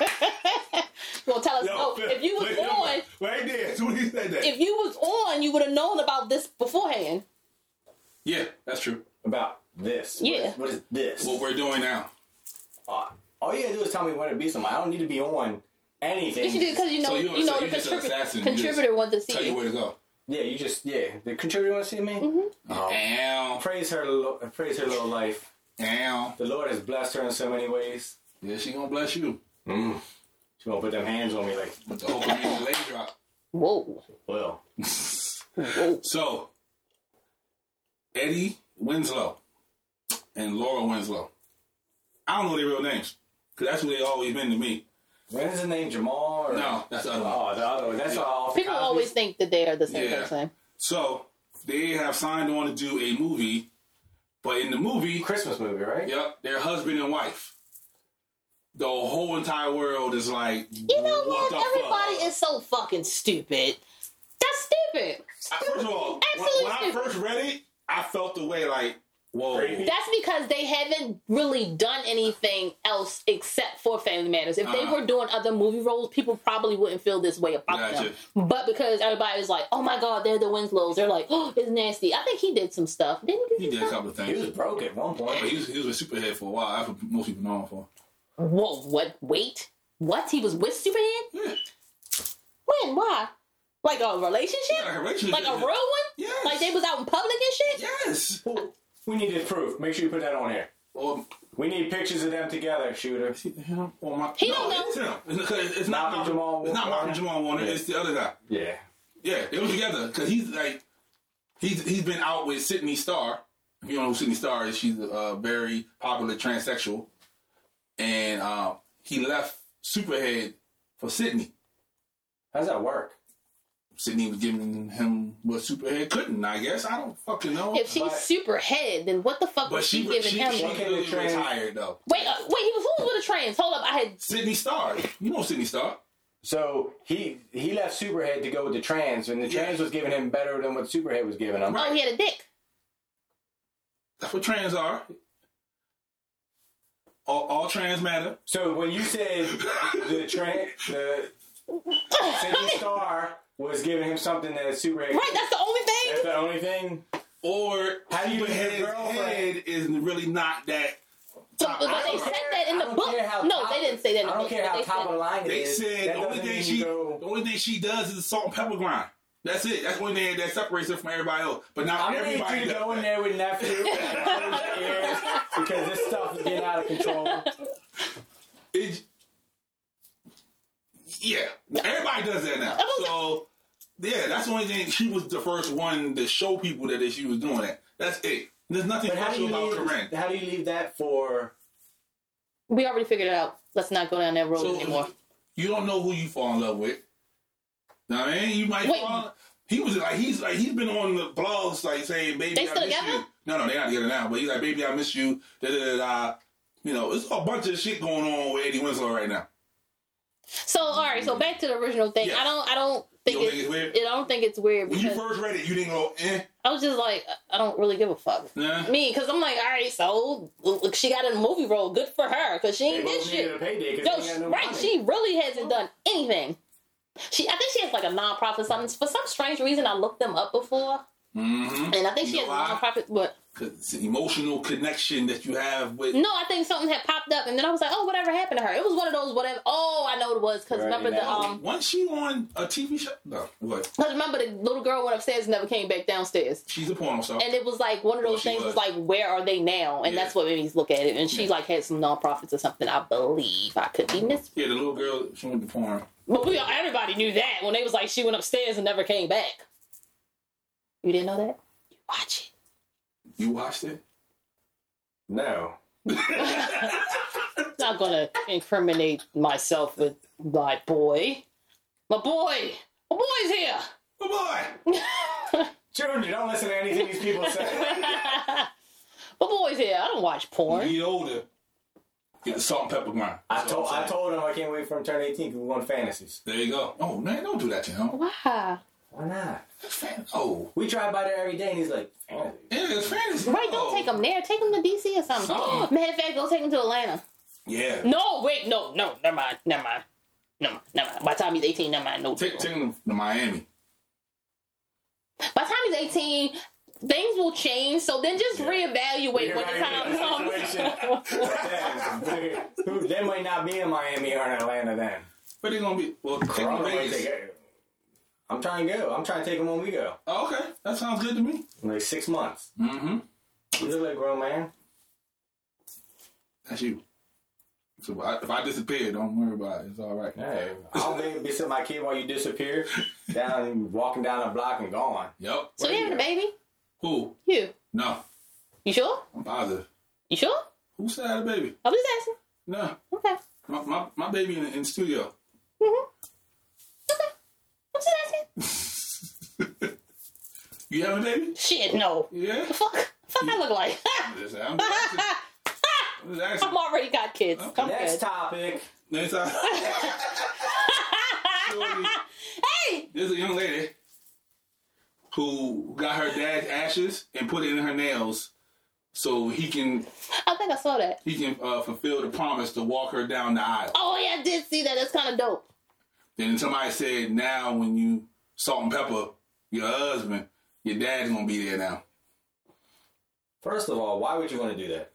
you gonna tell us no?
Phil,
If you was
look,
on,
Right there. As soon as he said that.
if you was on, you would have known about this beforehand.
yeah, that's true.
About this. What is-
Yeah.
What is this?
What we're doing now.
Uh, all you gotta do is tell me when to be somewhere. I don't need to be on anything.
You should do because you know
So you don't
you, know
say
the
you just an assassin,
contribu-
you
contributor
just
wants to
Tell
see
you
you.
where to go.
yeah, you just yeah. The contributor want to see me.
Mm-hmm.
Oh.
Ow.
Praise her, lo- praise her little life.
Ow.
The Lord has blessed her in so many ways.
Yeah, she gonna bless you.
She gonna put them hands on me like,
With the whole community leg drop.
Whoa.
well,
So, Eddie Winslow and Laura Winslow. I don't know their real names because that's who they always been to me.
when is the name Jamal? Or,
No, that's the other one.
Oh, the other one. That's all.
People always think that they are the same
Yeah.
person.
So they have signed on to do a movie, but in the movie,
Christmas movie, right?
yep, they're husband and wife. The whole entire world is like,
You know
what
what?
the fuck?
Everybody is so fucking stupid. That's stupid.
I- First of all, when,
Absolutely
when I
stupid.
first read it, I felt the way like, whoa,
Creepy.
That's because they haven't really done anything else except for Family Matters. If they
Uh-huh.
were doing other movie roles, people probably wouldn't feel this way about
Gotcha.
them. But because everybody was like, "Oh my God, they're the Winslows," they're like, "Oh, it's nasty." I think he did some stuff. Didn't
he
he? do
did
some
a
stuff?
couple of
He was
things.
broke at one
But
point.
he was, he was with Superhead for a while. That's what most people know him for.
Whoa! What? Wait! What? He was with Superhead?
Yeah,
When? Why? Like a relationship?
like a relationship.
Like a real one?
Yes.
Like they was out in public and shit?
Yes.
Well, We need his proof. Make sure you put that on here.
Or,
We need pictures of them together, shooter.
him or my,
He
no,
don't know.
It's, him. It's, it's, it's not
Malcolm
Malcolm
Jamal
It's not
Warner.
Malcolm Jamal Warner.
Yeah.
It's the other guy.
Yeah.
Yeah, they were together because he's like he's he's been out with Sydney Starr. If you don't know who Sydney Starr is, she's a uh, very popular transsexual, and uh, he left Superhead for Sydney.
How's that work?
Sydney was giving him what Superhead couldn't. I guess I don't fucking know.
If she's
But-
super head, then what the fuck
but
was she,
she she,
giving
she,
him?
really
the trans-
retired though.
wait, uh, wait, he was who was with the trans? Hold up, I had
Sydney Starr, you know Sydney Starr.
So he he left Superhead to go with the trans, and the
Yeah.
trans was giving him better than what Superhead was giving him.
oh he had a dick.
That's what trans are. All, all trans matter.
So when you said the trans the Sydney Star was giving him something that Superhead
Right, that's the only
that's
thing.
the only thing.
Or
How do you get a
Superhead's
girlfriend?
head is really not that
So, but
I
they
don't
said
care-
that in
I
the
don't
book.
care how
No,
top-
they didn't say that. In
I
the
don't
book.
care how
They
top of the
said-
line it
They
is.
said
That
the only
doesn't
thing
mean
she,
you
the
go-
only thing she does is the salt and pepper grind. That's it. That's one thing that separates her from everybody else. But not
I'm gonna need
everybody.
you to
does
go in
that.
there with nephew and close your ears, because this stuff is getting out of control.
It- yeah, everybody does that now. So yeah, that's the only thing. She was the first one to show people that she was doing that. That's it. There's nothing
But how do
special
you
about
leave,
Corinne.
how do you leave that for
We already figured it out. Let's not go down that road
So
anymore.
you don't know who you fall in love with. Now, man, you might
Wait.
fall. He was like, he's like, he's been on the blogs like saying, "Baby,
They
I
still
miss
together?
you." No, no, they're not together now. But he's like, "Baby, I miss you." Da da da da. You know, it's a bunch of shit going on with Eddie Winslow right now.
So all right, so back to the original thing.
Yeah.
I don't I don't think,
You don't
it's,
think it's weird?
I don't think it's weird
When you
because
first read it, you didn't go, "Eh,
I was just like I don't really give a fuck.
nah."
Me, because I'm like, all right, so look, she got a movie role. Good for her, because she
They
ain't did
both needed
shit.
a payday
No,
because they ain't
she,
got no
right?
money.
She really hasn't done anything. She, I think she has like a nonprofit. Something for some strange reason, I looked them up before,
Mm-hmm.
and I think she
You
has a
know why?
nonprofit. But
Cause it's the emotional connection that you have with.
no, I think something had popped up, and then I was like, oh, whatever happened to her? It was one of those whatever. Oh, I know it was because
Right,
remember
and
the
that-
um,
Once she on a TV show, no, what?
because remember the little girl went upstairs and never came back downstairs.
She's a porno star.
And it was like one of
Well,
those
she
things
was.
was like, where are they now? And
Yeah.
that's what made me look at it. And she
Yeah.
like had some nonprofits or something, I believe. I could be mis
yeah, the little girl, she went to porn.
But we everybody knew that when they was like she went upstairs and never came back. You didn't know that? You watch
You watched it?
No.
it. I'm not gonna incriminate myself with my boy. My boy! My boy's here!
Oh boy!
Children, don't listen to anything these people say.
my boy's here. I don't watch porn.
Get older. Get the salt and pepper grind.
I
That's all
told
I'm
I
saying.
told him I can't wait for him to turn 18 because we're going fantasies.
There you go. Oh man, don't do that to him.
Wow.
Why not?
That's fan- oh,
We drive by there every day and he's like, fantasy.
yeah, it's fantasy.
Right, don't take him there. Take him to DC or something.
Something.
Matter of fact, go take him to Atlanta.
Yeah,
No, wait, no, no, never mind, never mind. Never mind, never mind. By the time he's 18, never mind, no.
take take him to Miami.
By the time he's 18, things will change, so then just reevaluate when the time comes.
That is weird. Who- they might not be in Miami or in Atlanta then.
Where they gonna be? Well, take him to
Corona might
Vegas.
take it. I'm trying to go. I'm trying to take him when we go.
Oh, okay, that sounds good to me.
In like six months.
Mm-hmm.
You look like a grown man.
That's you. So if I, if I disappear, don't worry about it. It's all right.
Hey, I'll be beside my kid while you disappear, down walking down the block and gone.
Yep.
so you having a baby?
Who?
You.
No,
You sure?
I'm positive.
You sure?
Who said I had a baby?
I'm just asking.
No,
Okay.
my my, my baby in, in studio.
Mm-hmm. Okay. I'm just asking.
You having a baby?
Shit, no.
Yeah.
The fuck? Fuck I look like?
Listen, I'm just asking. I'm just asking.
I'm already got kids.
Okay.
I'm
Next
good.
topic.
Next time,
hey!
there's a young lady who got her dad's ashes and put it in her nails so he can
I think I saw that.
he can uh, fulfill the promise to walk her down the aisle.
Oh, yeah, I did see that. That's kind of dope.
Then somebody said, now when you salt and pepper your husband, your dad's gonna be there now.
First of all, why would you want to do that?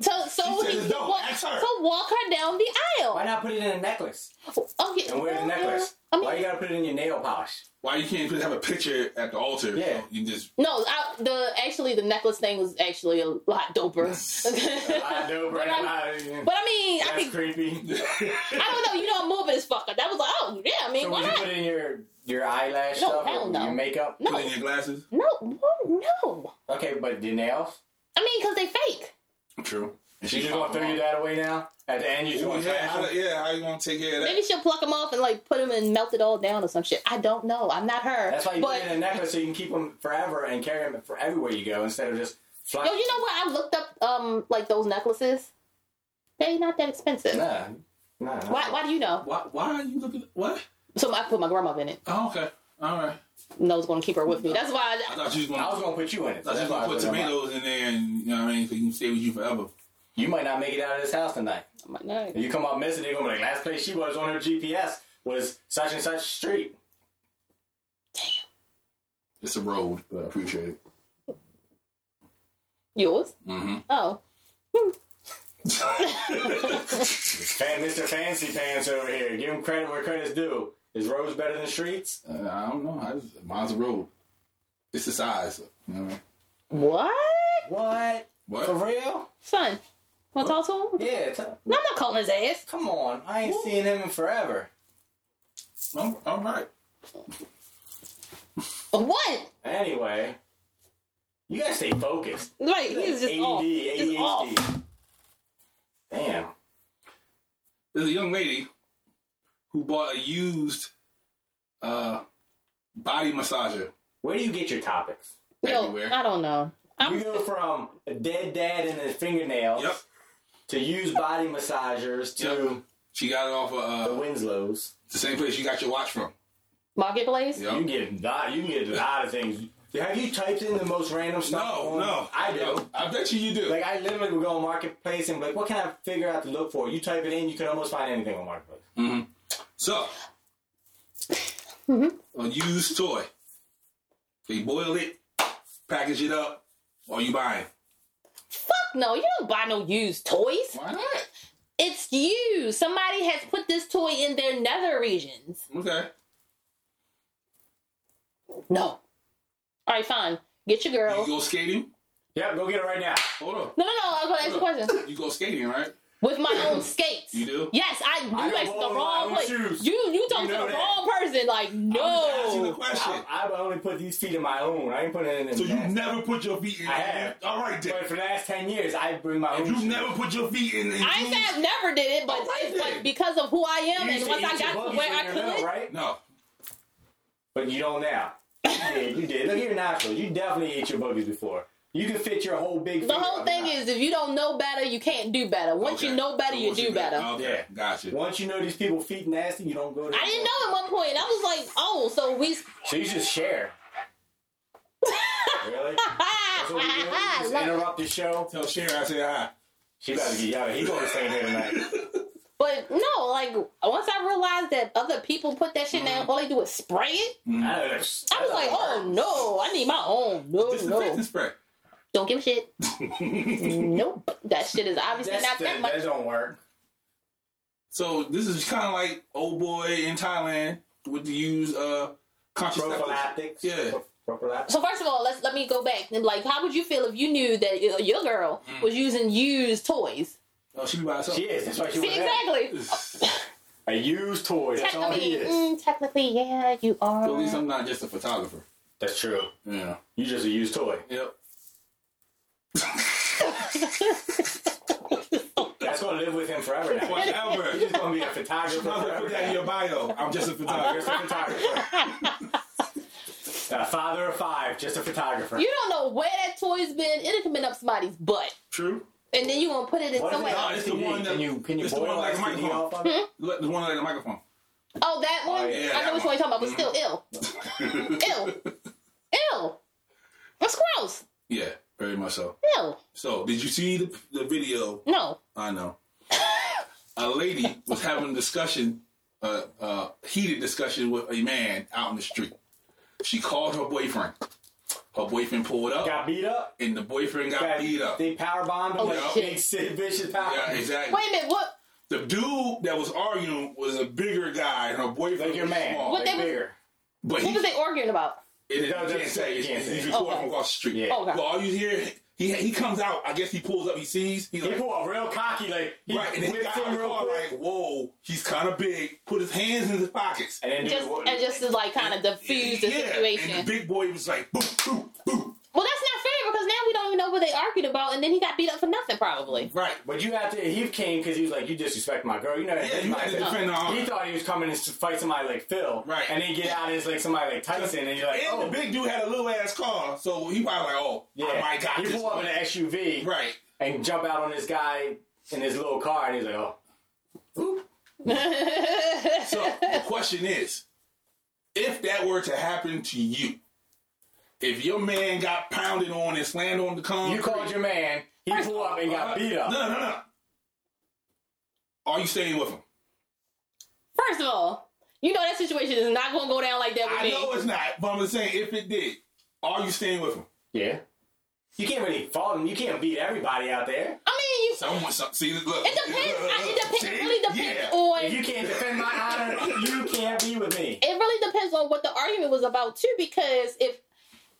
So, so,
She
he,
said it's dope.
walk,
Ask her.
so walk her down the aisle.
Why not put it in a necklace
Okay.
and wear the
well,
necklace?
I mean,
why you gotta put it in your nail polish?
Why you can't just have a picture at the altar?
Yeah.
You just
no, I, the actually the necklace thing was actually a lot doper.
I know,
but, I, but I mean, I think
creepy.
I don't know. You know, I'm moving as fuck. That was like, oh yeah. I mean,
So
why
would you
not?
put in your your eyelash
No,
stuff
hell
or
no.
your makeup?
No,
put in your glasses.
no, no, no.
Okay, but your nails?
I mean, because they fake.
True. And
You just gonna throw your dad away now? At the end, you just
Ooh,
want
Oh, yeah, how,
to
yeah, how you gonna take care of that?
Maybe she'll pluck them off and like put them and melt it all down or some shit. I don't know. I'm not her.
That's why you
but
put it in a necklace so you can keep them forever and carry them for everywhere you go instead of just flying.
yo, you know what? I looked up um like those necklaces. They not that expensive.
Nah, nah. nah.
Why? Why do you know?
Why why are you looking what?
So I put my grandmother in it.
Oh, okay. All right.
And I was going to keep her with me. That's why. I,
I thought you was gonna
I was gonna put you in it.
I was
That's
just
why I
gonna put
put it on mine.
tomatoes in there, and you know what I mean, so you can stay with you forever.
You might not make it out of this house tonight.
I'm like, no.
If you come up missing, they're gonna be like, last place she was on her GPS was such and such street.
It's a road, but I appreciate it.
Yours?
Mm-hmm.
Oh.
Uh,
Fan, Mr. Fancy Pants over here. Give him credit where credit's due. Is roads better than streets?
uh, I don't know. I just, mine's a road. It's the size. You know what I mean?
What?
What?
What?
For real?
Son. Want to talk to him?
Yeah. T-
No, I'm not calling his ass.
come on. I ain't seen him in forever.
I'm, I'm Oh, right.
What?
Anyway, you gotta stay focused.
Like, he's just
ADD,
off. Just off.
ADHD. Damn.
There's a young lady who bought a used uh, body massager.
Where do you get your topics?
Yo,
Everywhere.
I don't know.
We
I'm,
go from a dead dad and his fingernails
Yep.
to used body massagers to
She got it off
the
of uh,
Winslows.
the same place you got your watch from.
marketplace.
Yep.
You can get not, you can get a lot of things. Have you typed in the most random stuff?
No,
on-
no.
I do.
No, I bet you you do.
Like I literally would go on marketplace and be like, what can I figure out to look for? You type it in, you can almost find anything on marketplace.
Mm-hmm. so,
Mm-hmm.
a used toy. They boil it, package it up, or you buy it.
Fuck no, you don't buy no used toys.
Why not?
It's used. Somebody has put this toy in their nether regions.
Okay.
No. All right, fine. Get your girl.
You go skating?
Yep, go get it right now.
Hold on.
No, no, no. I was gonna ask you a question.
You go skating, right?
With my own skates.
You do?
Yes, I. You
I don't
asked the
own my
wrong
own
place.
shoes.
You you talking
know
to the
that.
wrong person. Like
I'm asking the
no.
question.
Oh, I, I've only put these feet in my own. I ain't putting it in.
So you
the
never put your feet in.
I have.
All right, then.
But for the last ten years, I bring my own.
You
shoes.
never put your feet in. in
I ain't
jeans?
say I've never did it, but,
Alright
it's
then.
like because of who I am
You used
and
to
once I
eat your
got to
buggies
where
when
I
you're little,
could.
right?
No.
But you don't now. You did. You did. Look, you're natural. You definitely ate your buggies before. You can fit your whole big.
The
finger
whole
up
thing
now.
is, if you don't know better, you can't do better. Once
Okay.
you know better,
So
you
once
do better.
Oh,
Okay,
Yeah.
gotcha.
once you know these people feet nasty, you don't go to.
I didn't know at one point. I was like, oh, so we.
So you just share. really? That's what we do?
I
Just
love it.
interrupt the show.
Tell Sharon I say hi.
She about to get yelled. at. He going to stay here tonight.
But no, like once I realized that other people put that shit
Mm.
down, all they do is spray it.
I was
I was like, oh no, I need my own. No,
This is
no,
business spray.
don't give a shit. nope, that shit is obviously
That's
not
the,
that much.
that don't work.
So this is kind of like old boy in Thailand with the use uh contraceptives.
Prophylactics.
Yeah.
Pro- Prophylactics.
So first of all, let's let me go back. And like, how would you feel if you knew that your- your girl
Mm.
was using used toys?
Oh, she be by herself.
She is. That's why she
See,
was there.
exactly.
A used toy. That's all
Technically,
he is.
mm, technically, yeah, you are.
So at least I'm not just a photographer.
That's true.
Yeah.
You just a used toy.
Yep.
That's gonna live with him forever now.
Whatever.
He's gonna be a photographer
I'm gonna
forever.
put that in your bio. I'm just a
Uh, just
photographer.
a photographer. A father of five, just a photographer.
You don't know where that toy's been. It have been up somebody's butt,
True.
and then you gonna put it in
What if
somewhere.
it's
No,
on
Oh, it's the
CD?
one that-
can you can you
it's the one
boil
like a
that CD
microphone.
off of it?
Look, the one like the microphone.
Oh, that one?
yeah,
I
that
know which one you're talking about, but still, ill. Ill. Ill. That's gross.
Yeah, very much so.
Ill.
So, did you see the, the video?
No.
I know. a lady was having a discussion, a uh, uh, heated discussion with a man out in the street. She called her boyfriend. Her boyfriend pulled up,
Got beat up.
and the boyfriend got
Got
beat up.
They power bombed him.
Oh,
like
shit.
Big sick, vicious power.
Yeah, exactly.
Wait a minute, what?
The dude that was arguing was a bigger guy, and her boyfriend
Like your
was
man.
small.
What
What
they
they
was-
bigger.
But
What
he,
was they arguing about?
it, you
No,
can't
that's-
say.
you can't
It's-
say.
He's recording
Okay.
from across the street.
Yeah.
Okay.
Well, all you hear, he he comes out. I guess he pulls up. He sees. He's
He
like,
pulled real cocky, like he
right, and then he
whipped
got out of
him
the
real
car.
quick.
Like, whoa, he's kind of big. Put his hands in his pockets.
And then
Just
dude,
and just to like kind of diffuse the situation.
And the big boy was like, boom, boom, boom.
well, that's not fair because now we don't even know what they argued about, and then he got beat up for nothing, probably.
Right.
But you have to. He came because he was like, "You disrespect my girl." You know,
Yeah, you had to
he,
defend the
he
honor.
thought he was coming to fight somebody like Phil,
Right.
And then get out as like somebody like Tyson, and you're like,
And
"Oh,
the big dude had a little ass car, so he probably like, oh,
yeah."
I might got
he
this.
pull up
one.
in an SUV,
Right.
and jump out on this guy in his little car, and he's like, "Oh,
So the question is, if that were to happen to you, if your man got pounded on and slammed on the concrete,
you called your man. He pulled up and got beat up."
No, no, no. Are you staying with him?
First of all, you know that situation is not going to go down like that with
I
me.
know it's not, but I'm just saying, if it did, are you staying with him?
Yeah, you can't really fault him. You can't beat everybody out there.
I mean, you.
Someone, some, see, look.
It depends. I, it depends. It
See?
really depends
Yeah.
on.
If you can't defend my honor, you can't be with me.
it really depends on what the argument was about too because if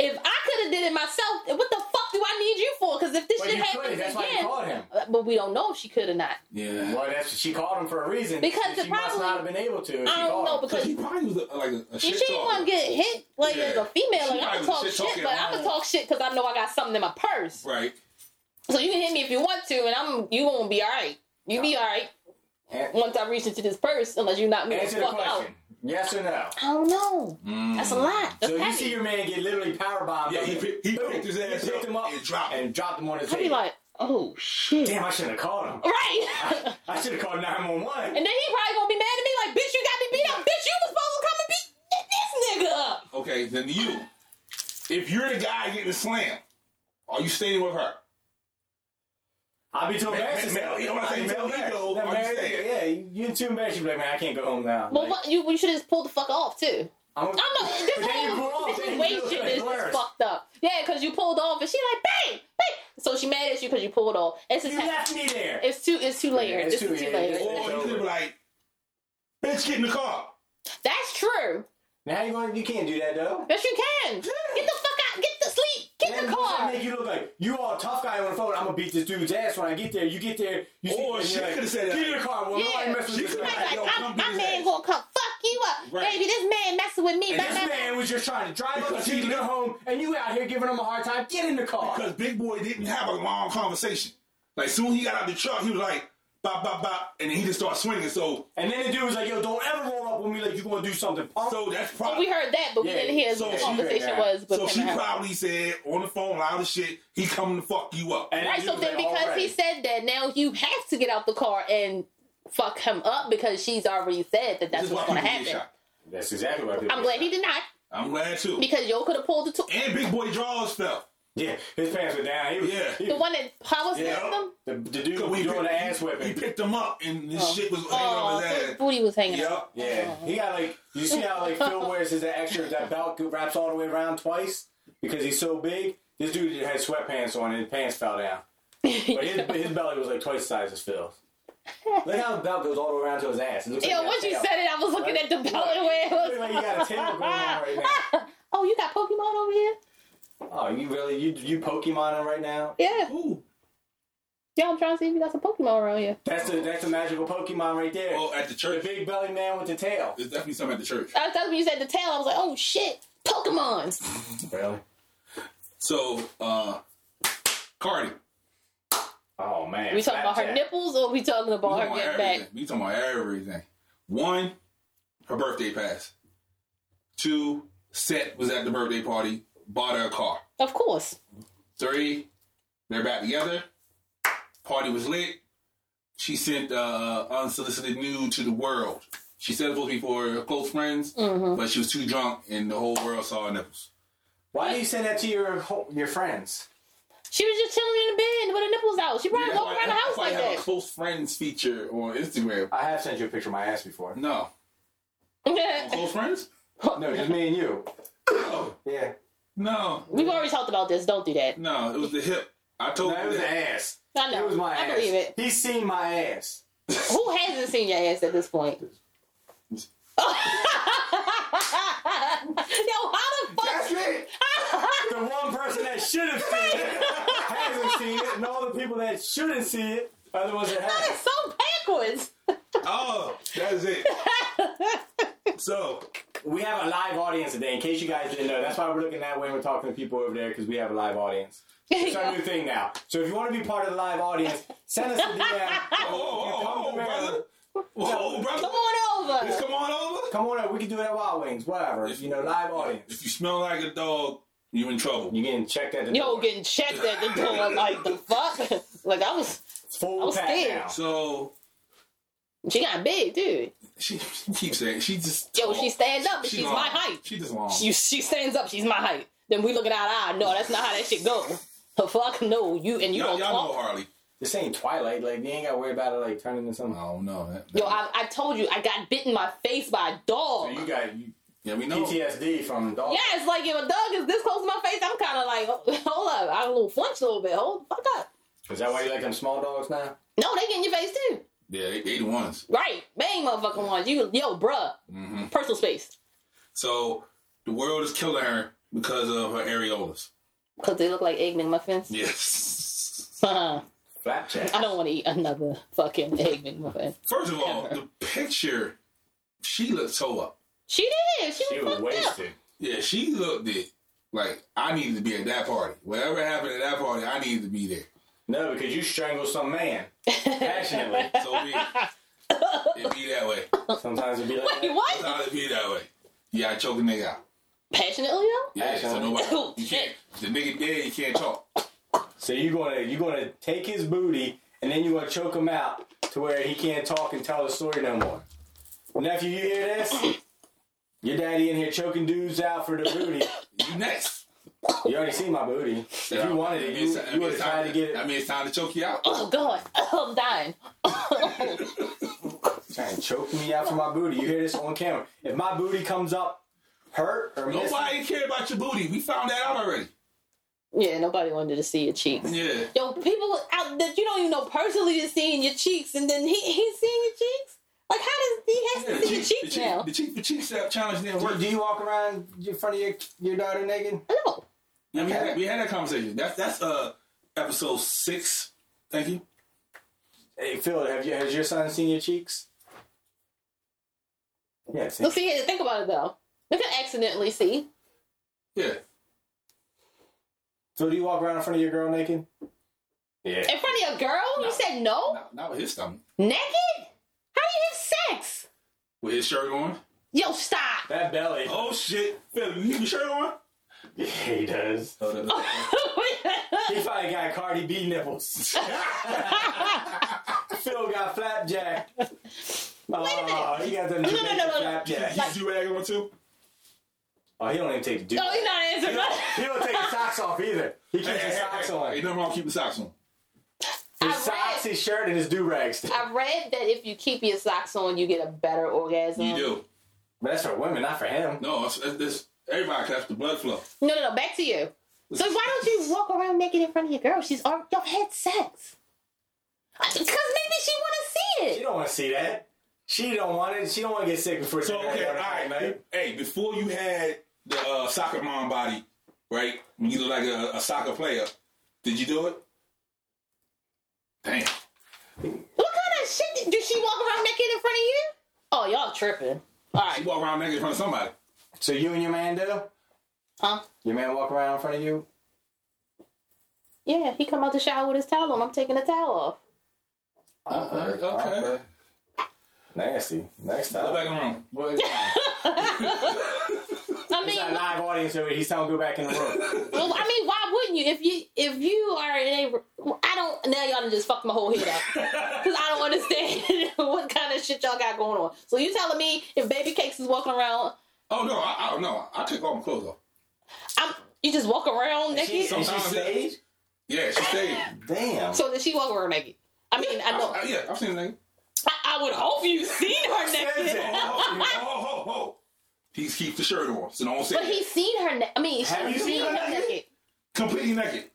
if I could have did it myself, then what the fuck do I need you for? Because if this
But
shit
you could.
happens
That's why you
again,
called him.
Uh, but we don't know if she could or not.
Yeah.
Well, that's she called him for a reason.
Because
she
the
must
problem-
not have been able to. if she
I don't
called
know
him.
Because
because
he probably was a, like a, a
she
shit
ain't
talker.
gonna get hit like
Yeah.
as a female.
She
Like I'm
probably was
gonna talk
shit
shit,
talking
but I'm
around.
gonna talk shit because I know I got something in my purse.
Right.
So you can hit me if you want to, and I'm you gonna be all right. You be all right
An-
once I reach into this purse, unless you knock me the
Answer the
fuck out.
question. Yes or no?
I don't know. That's a lot. That's
So you
heavy.
see your man get literally power bombed.
Yeah, he pick- he picked his ass
picked
up
him up
and dropped him.
and dropped him on his
I'd be
head.
like, oh shit.
Damn, I shouldn't have called him.
Right.
I should have called nine one one.
And then he probably gonna be mad at me like, bitch, you got me beat up. Bitch, you was supposed to come and beat this nigga up.
Okay, then you. If you're the guy getting slammed, are you staying with her?
I'll be too embarrassed. to
Man, man,
say-
you know what I'm
I'll
saying?
be too
Male
embarrassed.
ego,
That
I'm just
married-
saying.
Yeah, you- you're too embarrassed. to be Like, man, I can't go home now.
Well,
Like,
what, you, you should have just pulled the fuck off too.
I'm
I don't know. This
But then you pull
whole
off, then you do it.
situation is just
Worse.
fucked up. Yeah, because you pulled off, and she like, bang, bang. So she mad at you because you pulled off. It's just
You left me there.
It's too. It's too layered.
it's
It's too,
too- yeah,
layered.
it's-
Or you could be like, bitch, get in the car.
That's true.
Now you going? You can't do that though.
Yes, you can. Get the fuck out. Get to sleep. Get in
Then
the
what's
car.
that make you look like you all tough guy on the phone? I'm gonna beat this dude's ass when I get there. You get there, you
Or
and
she
you're like,
Oh, could've said that.
Get in the car, woman.
Yeah.
Nobody mess with
She
this
could've
man.
said
Like,
yo,
I'm-
come
my
get his
man
ass.
gonna come fuck you up,
Right.
baby. This man messing with me.
And
Blah,
this
blah,
This
blah.
man was just trying to drive up
Because
to
he-
your home, and you out here giving him a hard time. Get in the car.
Because Big Boy didn't have a long conversation. Like, soon he got out the truck, he was like, bop, bop, bop, and then he just started swinging. So,
and then the dude was like, "Yo, don't ever roll up on me like you're gonna do something." Punk.
so that's
Well, we
probably.
heard that, but
Yeah,
we didn't hear
so
what the
she-
conversation
yeah.
was. But
So she probably said on the phone, loud as shit, he coming to fuck you up.
And
Right,
the
so
dude was
then
like,
because he
"Alright."
said that, now you have to get out the car and fuck him up because she's already said that
This
that's
is why
what's gonna
people get
happen.
shot.
"That's exactly what I did."
I'm glad he did not
I'm glad too.
because yo could have pulled the to-
and Big Boy draws fell.
Yeah, his pants were down. He was,
Yeah.
he
the one that power
Yeah.
snapped him.
The, the dude
Because
was doing
picked-
the ass Uh-huh. whipping.
He picked him up and this
Oh.
shit was hanging
Oh,
on
so
his
his
ass.
booty was hanging. out.
Yup.
Yeah, he got like you see how like Phil wears his extra that belt wraps all the way around twice because he's so big. This dude had sweatpants on and his pants fell down, but his, his belly was like twice the size as Phil's. Look how the belt goes all the way around to his ass. It looks
Yo,
like
once you
tail.
said it, I was looking at the belt the way it
Look like
was.
you got a tail going on right now.
Oh, you got Pokemon over here?
Oh, you really you you Pokemon him right now?
Yeah.
Ooh.
Yeah, I'm trying to see if you got some Pokemon around here.
That's the that's the magical Pokemon right there.
Oh, at the
The
church.
big belly man with the tail.
There's definitely something at the church.
I, that's when you said the tail. I was like, oh shit, Pokemon.
Really?
So, uh, Cardi.
Oh man.
Are we talking about her
Snapchat.
nipples or are we talking
We
about her
talking about
getting
everything.
back?
We talking about everything. One, her birthday pass. Two, Set was at the birthday party, bought her a car.
Of course.
Three, they're back together. Party was lit. She sent uh, unsolicited nude to the world. She said it was supposed to be for her close friends,
Mm-hmm.
but she was too drunk, and the whole world saw her nipples.
Why do you send that to your ho- your friends?
She was just chilling in the bed with her nipples out. She probably
Yeah,
walked
that's
around the
why-
house
that's why
like
you have
that.
a close friends feature on Instagram.
I have sent you a picture of my ass before.
No, close friends?
No, just me and you.
No,
Yeah.
no,
We've already talked about this. Don't do that.
no. It was the hip. I told
That
you
was the
that.
ass.
I know.
It was my
I
ass.
believe it.
He's seen my ass.
Who hasn't seen your ass at this point? Yo, how the fuck?
That's it. the one person that should have seen it hasn't seen it, and all the people that shouldn't see it are the ones that
That
have.
is so backwards.
Oh, that is it. so,
We have a live audience today, in case you guys didn't know. That's why we're looking that way. and We're talking to people over there because we have a live audience. It's our new thing now. So if you want to be part of the live audience, send us a DM.
oh, oh, oh,
Come
brother. Whoa, brother.
Come on
Just
over.
come on over.
Come on up. We can do it at Wild Wings, whatever. You know, live audience.
If you smell like a dog, you in trouble.
You getting checked at the
Yo,
door.
getting checked at the door like the fuck. like I was, I
full
was
pat
scared.
down.
So
she got big, dude.
she keeps saying she just
Yo, she stands up and
She
she's
long.
my height.
She just long.
She, she stands up, she's my height. Then we looking eye to eye. No, that's not how that shit go. Fuck no, you and you
y'all,
don't
y'all
talk.
know Harley.
This ain't Twilight. Like you ain't got to worry about it like turning into something.
don't know that.
Yo, I, I told you, I got bit in my face by a
So
dog.
you got you,
yeah, we know.
PTSD from dog.
Oh, yeah, it's like if a dog is this close to my face, I'm kind of like, oh, hold up, I a little flinch a little bit. Hold the fuck up.
Is that why you like them small dogs now?
No, they get in your face too.
Yeah, they, they the ones.
Right, bang, motherfucking ones. You, yo, bruh,
Mm-hmm.
personal space
So the world is killing her because of her areolas.
because they look like Eggman muffins.
Yes.
Uh-huh.
Flapjack.
I don't want to eat another fucking Eggman muffin.
First of all,
Ever.
the picture, she looked toe up.
She did. She,
She
was
was
fucked up.
wasted.
Yeah, she looked it. Like I needed to be at that party. Whatever happened at that party, I needed to be there.
No, because you strangled some man passionately.
So be it. It be that way.
Sometimes it be like
Wait,
that.
what?
Sometimes it be that way. Yeah, I choke a nigga out.
Passionately though?
Yeah, so nobody. You can't. The nigga dead. You can't talk.
So you gonna you gonna take his booty and then you gonna choke him out to where he can't talk and tell his story no more. Nephew, you hear this? Your daddy in here choking dudes out for the booty.
You next.
You already seen my booty. If you wanted it, you, you would have tried to get
I
it.
mean, it's time to choke you out.
Oh god, I'm dying.
Trying to choke me out for my booty. You hear this on camera? If my booty comes up hurt or missing,
Nobody care about your booty. We found that out already.
Yeah, nobody wanted to see your cheeks.
Yeah.
Yo, people out that you don't even know personally just seeing your cheeks, and then he he's seeing your cheeks. Like, how does he has
Yeah,
to see your cheeks
the
now?
cheek, the cheek, the cheek strap challenge didn't work.
do you walk around in front of your your daughter naked?
No,
Yeah, we, had that, we had that conversation. That's that's uh episode six. Thank you.
Hey Phil, have you has your son seen your cheeks? Yeah, see.
look, see, here, think about it though. They could accidentally see.
Yeah.
Phil, do you walk around in front of your girl naked? Yeah.
In front of your girl? You said no?
Not, not with his stomach.
Naked? How do you have sex?
With his shirt on.
Yo, stop.
That belly.
Oh shit. Phil, you leave your shirt on?
Yeah, he does.
Oh, that- that-
He probably got Cardi B nipples. Phil got flapjack. Oh, he got them
No, no, no,
Jamaican
no, no.
flapjack.
that- You do rag on too?
Oh, he don't even take the dude.
no, he's not answering.
He don't take his socks off either. He keeps
Hey, hey,
his
hey,
socks
hey.
on.
Ain't
His
nothing wrong with keeping socks on.
socks,
I read,
his shirt, and his do rags.
I read that if you keep your socks on, you get a better orgasm.
You do.
That's for women, not for him.
No, it's, it's, it's- everybody claps the blood flow.
No, no, no. Back to you. So why don't you walk around naked in front of your girl? She's already y'all had sex. Uh, Because maybe she want to see
She
it.
don't want to see that. She don't want it. She don't want to get sick before.
So
she
okay, all right,
man.
Hey, before you had the uh, soccer mom body, right? When you look like a, a soccer player, did you do it? Damn.
What kind of shit did she walk around naked in front of you? Oh, y'all tripping. All
You
right,
walk around naked in front of somebody.
So you and your man do?
huh?
Your man walk around in front of you?
Yeah, he come out the shower with his towel on. I'm taking the towel off.
Okay.
Awkward. Nasty. Next
Go
time.
back in the room.
I
It's
mean,
a live audience over here. He's telling him to go back in the room.
well, I mean, why wouldn't you? If you if you are in a, I don't. Now y'all done just fucked my whole head up because I don't understand what kind of shit y'all got going on. So you telling me if Baby Cakes is walking around,
Oh no, I, I don't know. I took all my clothes off.
I'm you just walk around naked?
Is she
Sometimes
stayed?
Yeah, she stayed.
Damn.
So did she walk around naked? I mean, I
I,
know.
I, yeah, I've seen a nigga.
I, I would hope you've seen her
Says
naked.
it.
Oh, oh, oh, oh, oh. He keeps the shirt on, so don't say
But he's seen her. Na- I mean, she's
Have
seen,
you seen
him
her
naked?
naked?
completely naked.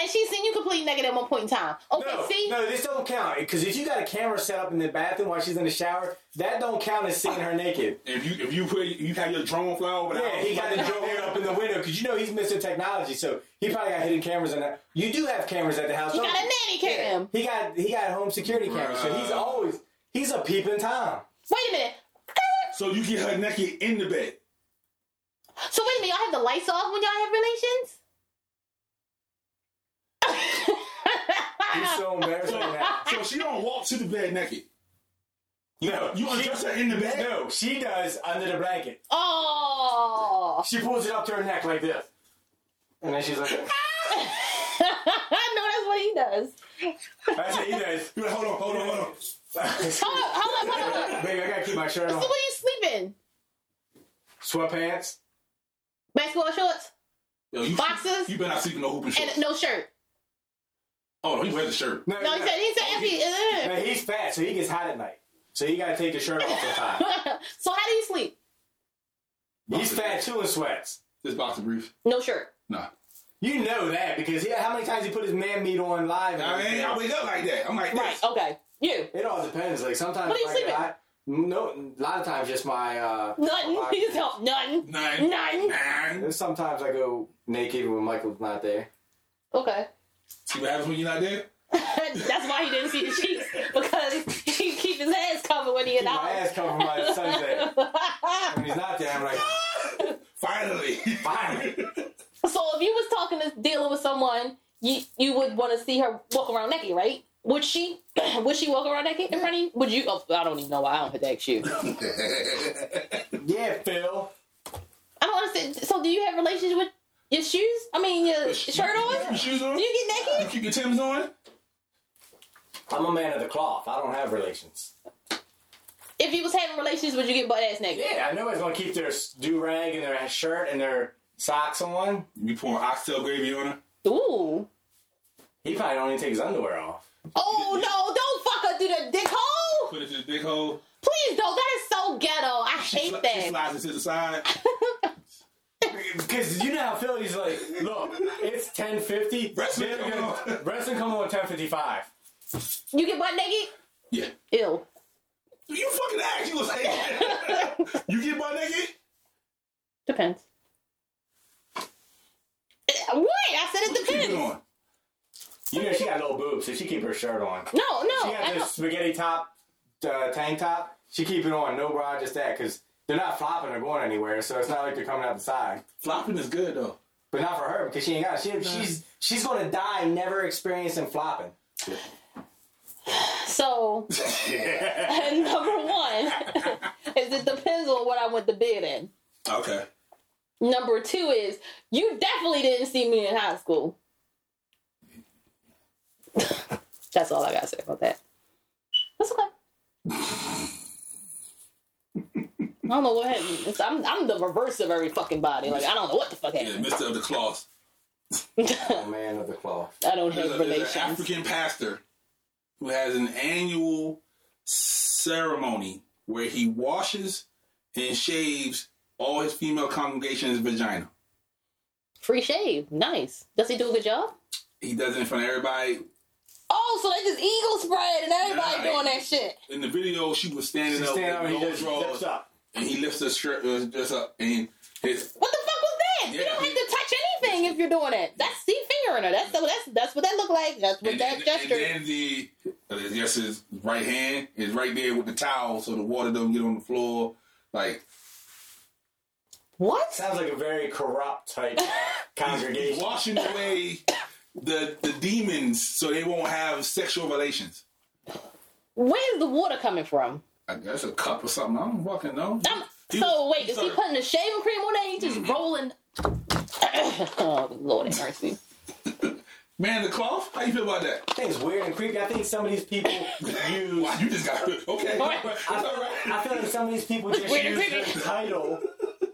and she's seen you completely naked at one point in time. Okay,
No,
see,
no, this don't count. Because if you got a camera set up in the bathroom while she's in the shower, that don't count as seeing her naked.
If you if you put you have your drone fly over the
Yeah,
house,
he got the drone up in the window because you know he's Mr. Technology, so he probably got hidden cameras in that. You do have cameras at the house.
you
don't
got a nanny cam.
He got he got home security cameras, so he's
Right.
always he's a peeping tom.
Wait a minute.
So you get her naked in the bed.
So wait a minute. Y'all have the lights off when y'all have relations?
He's so embarrassed right now.
So she don't walk to the bed naked.
No,
You undress her in the bed.
No, she does under the blanket.
Oh,
She pulls it up to her neck like this, and then she's like,
I know that's what he does.
"That's what he does."
You're like, hold on, hold on, hold on.
Hold up, hold up, hold up.
Baby, I gotta keep my shirt on.
So what are you sleeping?
Sweatpants.
Basketball shorts
Yo, you,
Boxes?
You better not sleep in no hoop and shorts.
and no shirt.
oh no, he wears a shirt.
No, he said he said
Oh,
if he. uh,
Now, he's fat, so he gets hot at night. So he gotta take his shirt off sometimes.
so how do you sleep?
He's fat too and sweats.
This boxer brief.
No shirt.
Nah.
You know that because he, how many times he put his man meat on live? and
I
everything.
mean, I wake up like that. I'm like this.
Right. Oh. Okay. You.
It all depends. Like sometimes
What are you
if I get
sleeping?
hot- no, a lot of times just my. uh
Nothing.
my-
He just helped. Nothing.
Nine.
Nine.
Nine.
and Sometimes I go naked when Michael's not there.
Okay.
See what happens when you're not there?
That's why he didn't see the cheeks because he keep his ass covered when he in the
My
house.
ass covered my son's there. When he's not there, I'm like,
Finally.
Finally.
So if you was talking to dealing with someone, you you would want to see her walk around naked, right? Would she? Would she walk around naked in front of you? Would you? Oh, I don't even know why I don't have to ask you.
Yeah, Phil.
I don't understand. So, do you have relations with your shoes? I mean, your shirt on?
Shoes on?
Do you get naked?
You keep your Tim's on?
I'm a man of the cloth. I don't have relations.
If you was having relations, would you get butt ass naked?
Yeah, I know it's gonna keep their do rag and their shirt and their socks on.
You pouring oxtail gravy on her?
Ooh.
He probably don't even take his underwear off.
Oh no! Don't fuck her through the dick hole.
Put it to the dick hole?
Please don't. That is so ghetto. I hate
Sli- She
that.
slides it to the side.
Because you know how Philly's like, look, it's 1050.
Wrestling
They're
come
gonna-
on.
Wrestling come on 1055.
You get butt naked?
Yeah.
Ew.
You fucking ass, you was saying. you get my naked?
Depends. Eh, What? I said it
Keep it
depends.
on.
You know she got little boobs, so she keep her shirt on.
No,
She
no. I
got this spaghetti top, uh, tank top. She keep it on, no bra, just that, because they're not flopping or going anywhere, so it's not like they're coming out the side.
Flopping is good though.
But not for her because she ain't got it. She, she's she's gonna die never experiencing flopping.
don't- So number one is it depends on what I went to bed in.
Okay.
Number two is you definitely didn't see me in high school. That's all I gotta say about that. That's okay. I don't know what happened. It's- I'm, I'm the reverse of every fucking body. Like I don't know what the fuck
Yeah,
happened.
Mr. of the Cloth.
A man of the cloth.
I don't
There's,
have
a, there's an
relations.
African pastor who has an annual ceremony where he washes and shaves all his female congregation's vagina.
Free shave, nice. Does he do a good job?
He does it in front of everybody.
Oh, so they just eagle spread and everybody
Nah,
doing
they-
that shit.
In the video, she was standing
She
up
stand up
with
and he
no
just
drawers,
zips up.
and he lifts her shirt uh, just up, and his
What the fuck was that? you
Yeah,
don't
he-
have to touch anything if you're doing it. That's the fingering her. That's that's that's what that look like. That's what
and,
that
and-
gesture.
and then the uh, yes, his right hand is right there with the towel, so the water doesn't get on the floor. Like
what?
Sounds like a very corrupt type congregation.
washing away the the demons, so they won't have sexual relations.
Where's the water coming from?
I guess a cup or something. I don't fucking know.
I'm,
He
so
was-
wait, is he
started-
putting the shaving cream on there? He just rolling. oh Lord have mercy.
Man, the cloth. How you feel about that?
I think it's weird and creepy. I think some of these people use.
Wow, you just got okay.
All right.
It's
I
all
feel,
right.
I feel like some of these people just
Weird and
use their
creepy.
title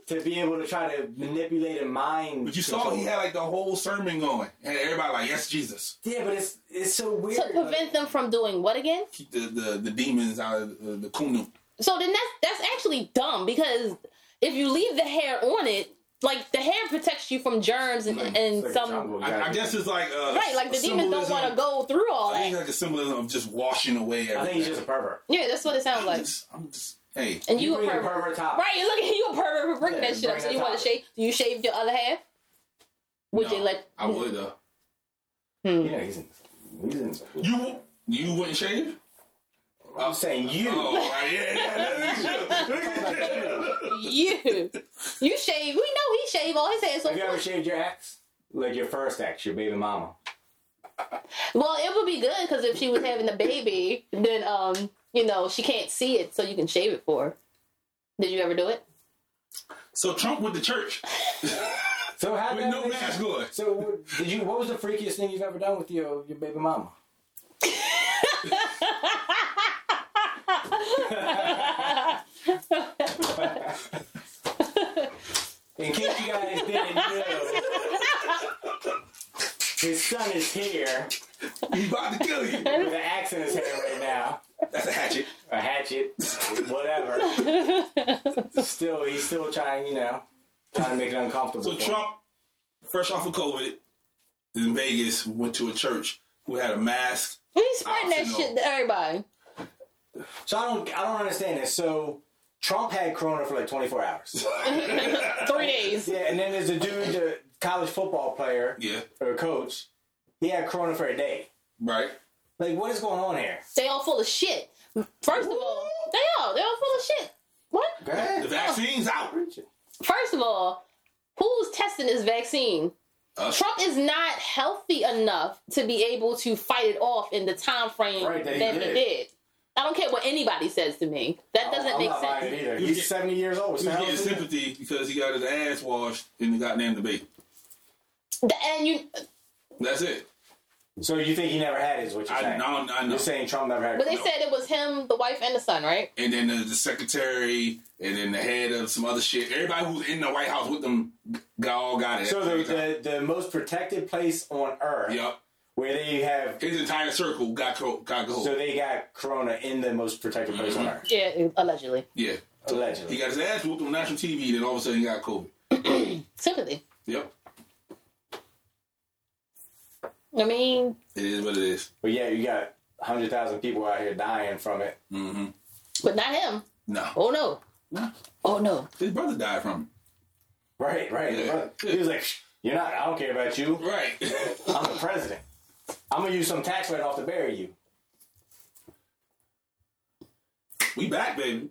to be able to try to manipulate a mind.
But you saw he had like the whole sermon going, and everybody like, "Yes, Jesus."
Yeah, but it's it's so weird.
To prevent them from doing what again?
Keep the the, the demons out of the, the kunu.
So then that's that's actually dumb because if you leave the hair on it, like the hair protects you from germs and, and
like a
some
jungle.
I, I guess it's like uh,
right, like the
a
demons don't
symbolism-
want to go through all
I think
that.
it's like a symbolism of just washing away everything.
I think he's just a pervert.
Yeah, that's what it sounds
I'm
like.
just, I'm just hey.
And you,
bring
a
the
pervert.
pervert top.
Right, look at you a pervert for bringing
Yeah,
that shit up.
bring
So
that
you want
topic.
to shave? Do you shave your other half? Would
no,
you let?
I would though.
Yeah, he's in. He's in.
You you wouldn't shave?
I'm saying you.
Oh right, yeah, yeah, that's true.
You, you shave. We know he shave all his hair. So
Have you ever shaved your ex? Like your first ex, your baby mama.
well, it would be good because if she was having a baby, then um, you know, she can't see it, so you can shave it for. her. Did you ever do it?
So Trump with the church
So how
with
did
no
that-
mask on.
So what- did you? What was the freakiest thing you've ever done with your your baby mama? In case you guys didn't know, his son is here
He's about to kill you.
with an axe in his hand right now,
That's a hatchet.
a hatchet, whatever. Still, he's still trying, you know, trying to make it uncomfortable.
So
for him.
Trump, fresh off of COVID, in Vegas, went to a church who had a mask.
He's spreading that
Optional.
shit to everybody.
So I don't, I don't understand this. So Trump had Corona for like 24 hours.
Three days.
yeah, and then there's a dude, the college football player
Yeah,
or coach. He had Corona for a day.
right.
Like, what is going on here?
They all full of shit. First of all, they all they all full of shit. What?
Go ahead.
The vaccine's out.
First of all, who's testing this vaccine?
Us-
Trump is not healthy enough to be able to fight it off in the time frame
Right, that
that,
he
he
did.
did. I don't care what anybody says to me. That doesn't
I'm
make
not
sense.
buying it either.
You
He's
get-
70 years old.
He was
so
getting
how's he-
sympathy because he got his ass washed in the goddamn debate.
Th- And you,
That's it.
So you think he never had it, is what you're
I
saying?
know. I know.
You're saying Trump never had
but
it.
they said it was him, the wife, and the son, right?
And then the, the secretary, and then the head of some other shit. Everybody who's in the White House with them, got all got it.
So the, the, the most protected place on earth
yep,
where they have
his entire circle got co- got gold.
So they got Corona in the most protected place on earth,
Yeah, allegedly.
yeah, Mm-hmm. he
allegedly.
got his ass whooped on national TV. Then all of a sudden, he got COVID.
Sympathy.
Yep,
I mean,
it is what it is.
But yeah, you got hundred thousand people out here dying from it.
Mm-hmm.
but not him.
No,
Oh no.
no,
Oh no.
his brother died from
Right, right.
Yeah.
Brother, He was like, "You're not. I don't care about
it.
you.
Right.
I'm the president. I'm gonna use some tax write off to bury you."
we back, baby.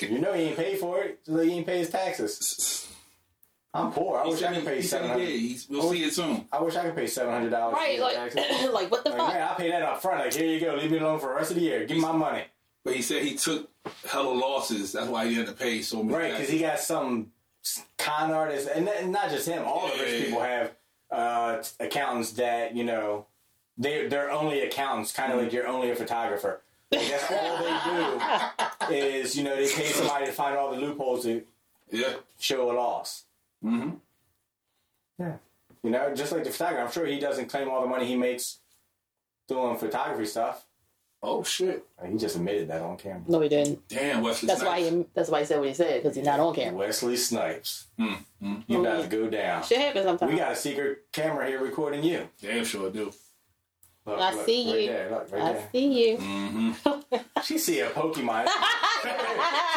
You know he ain't paid for it. So he ain't pay his taxes. I'm poor. I
He
wish I
said
could
he-
pay
he said
seven
he did.
hundred.
He's- We'll see it soon.
I wish I could pay seven hundred dollars.
Right, like, like what the
Like,
fuck?
man, I'll pay that up front. Like, here you go. Leave me alone for the rest of the year. Give me my money.
But he said he took hella losses. That's why he had to pay so many.
Right, because he got some con artists, and not- not just him. All the
Yeah.
rich people have uh, t- accountants that you know they they're only accountants, kind of like you're only a photographer. Like, that's all they do is you know they pay somebody to find all the loopholes to
yeah.
show a loss.
Mhm.
Yeah, you know, just like the photographer. I'm sure he doesn't claim all the money he makes doing photography stuff.
Oh shit.
Like, He just admitted that on camera.
No, he didn't.
Damn, Wesley.
That's why he. That's why he said what he said because he's not on camera.
Wesley Snipes,
Mm, mm.
you about to go down.
Shit happens
We
sometimes.
got a secret camera here recording you.
Damn sure do.
Look,
I
look,
see
right
you.
There, look, right
I
there.
see you.
Mm-hmm.
She see a Pokemon. She's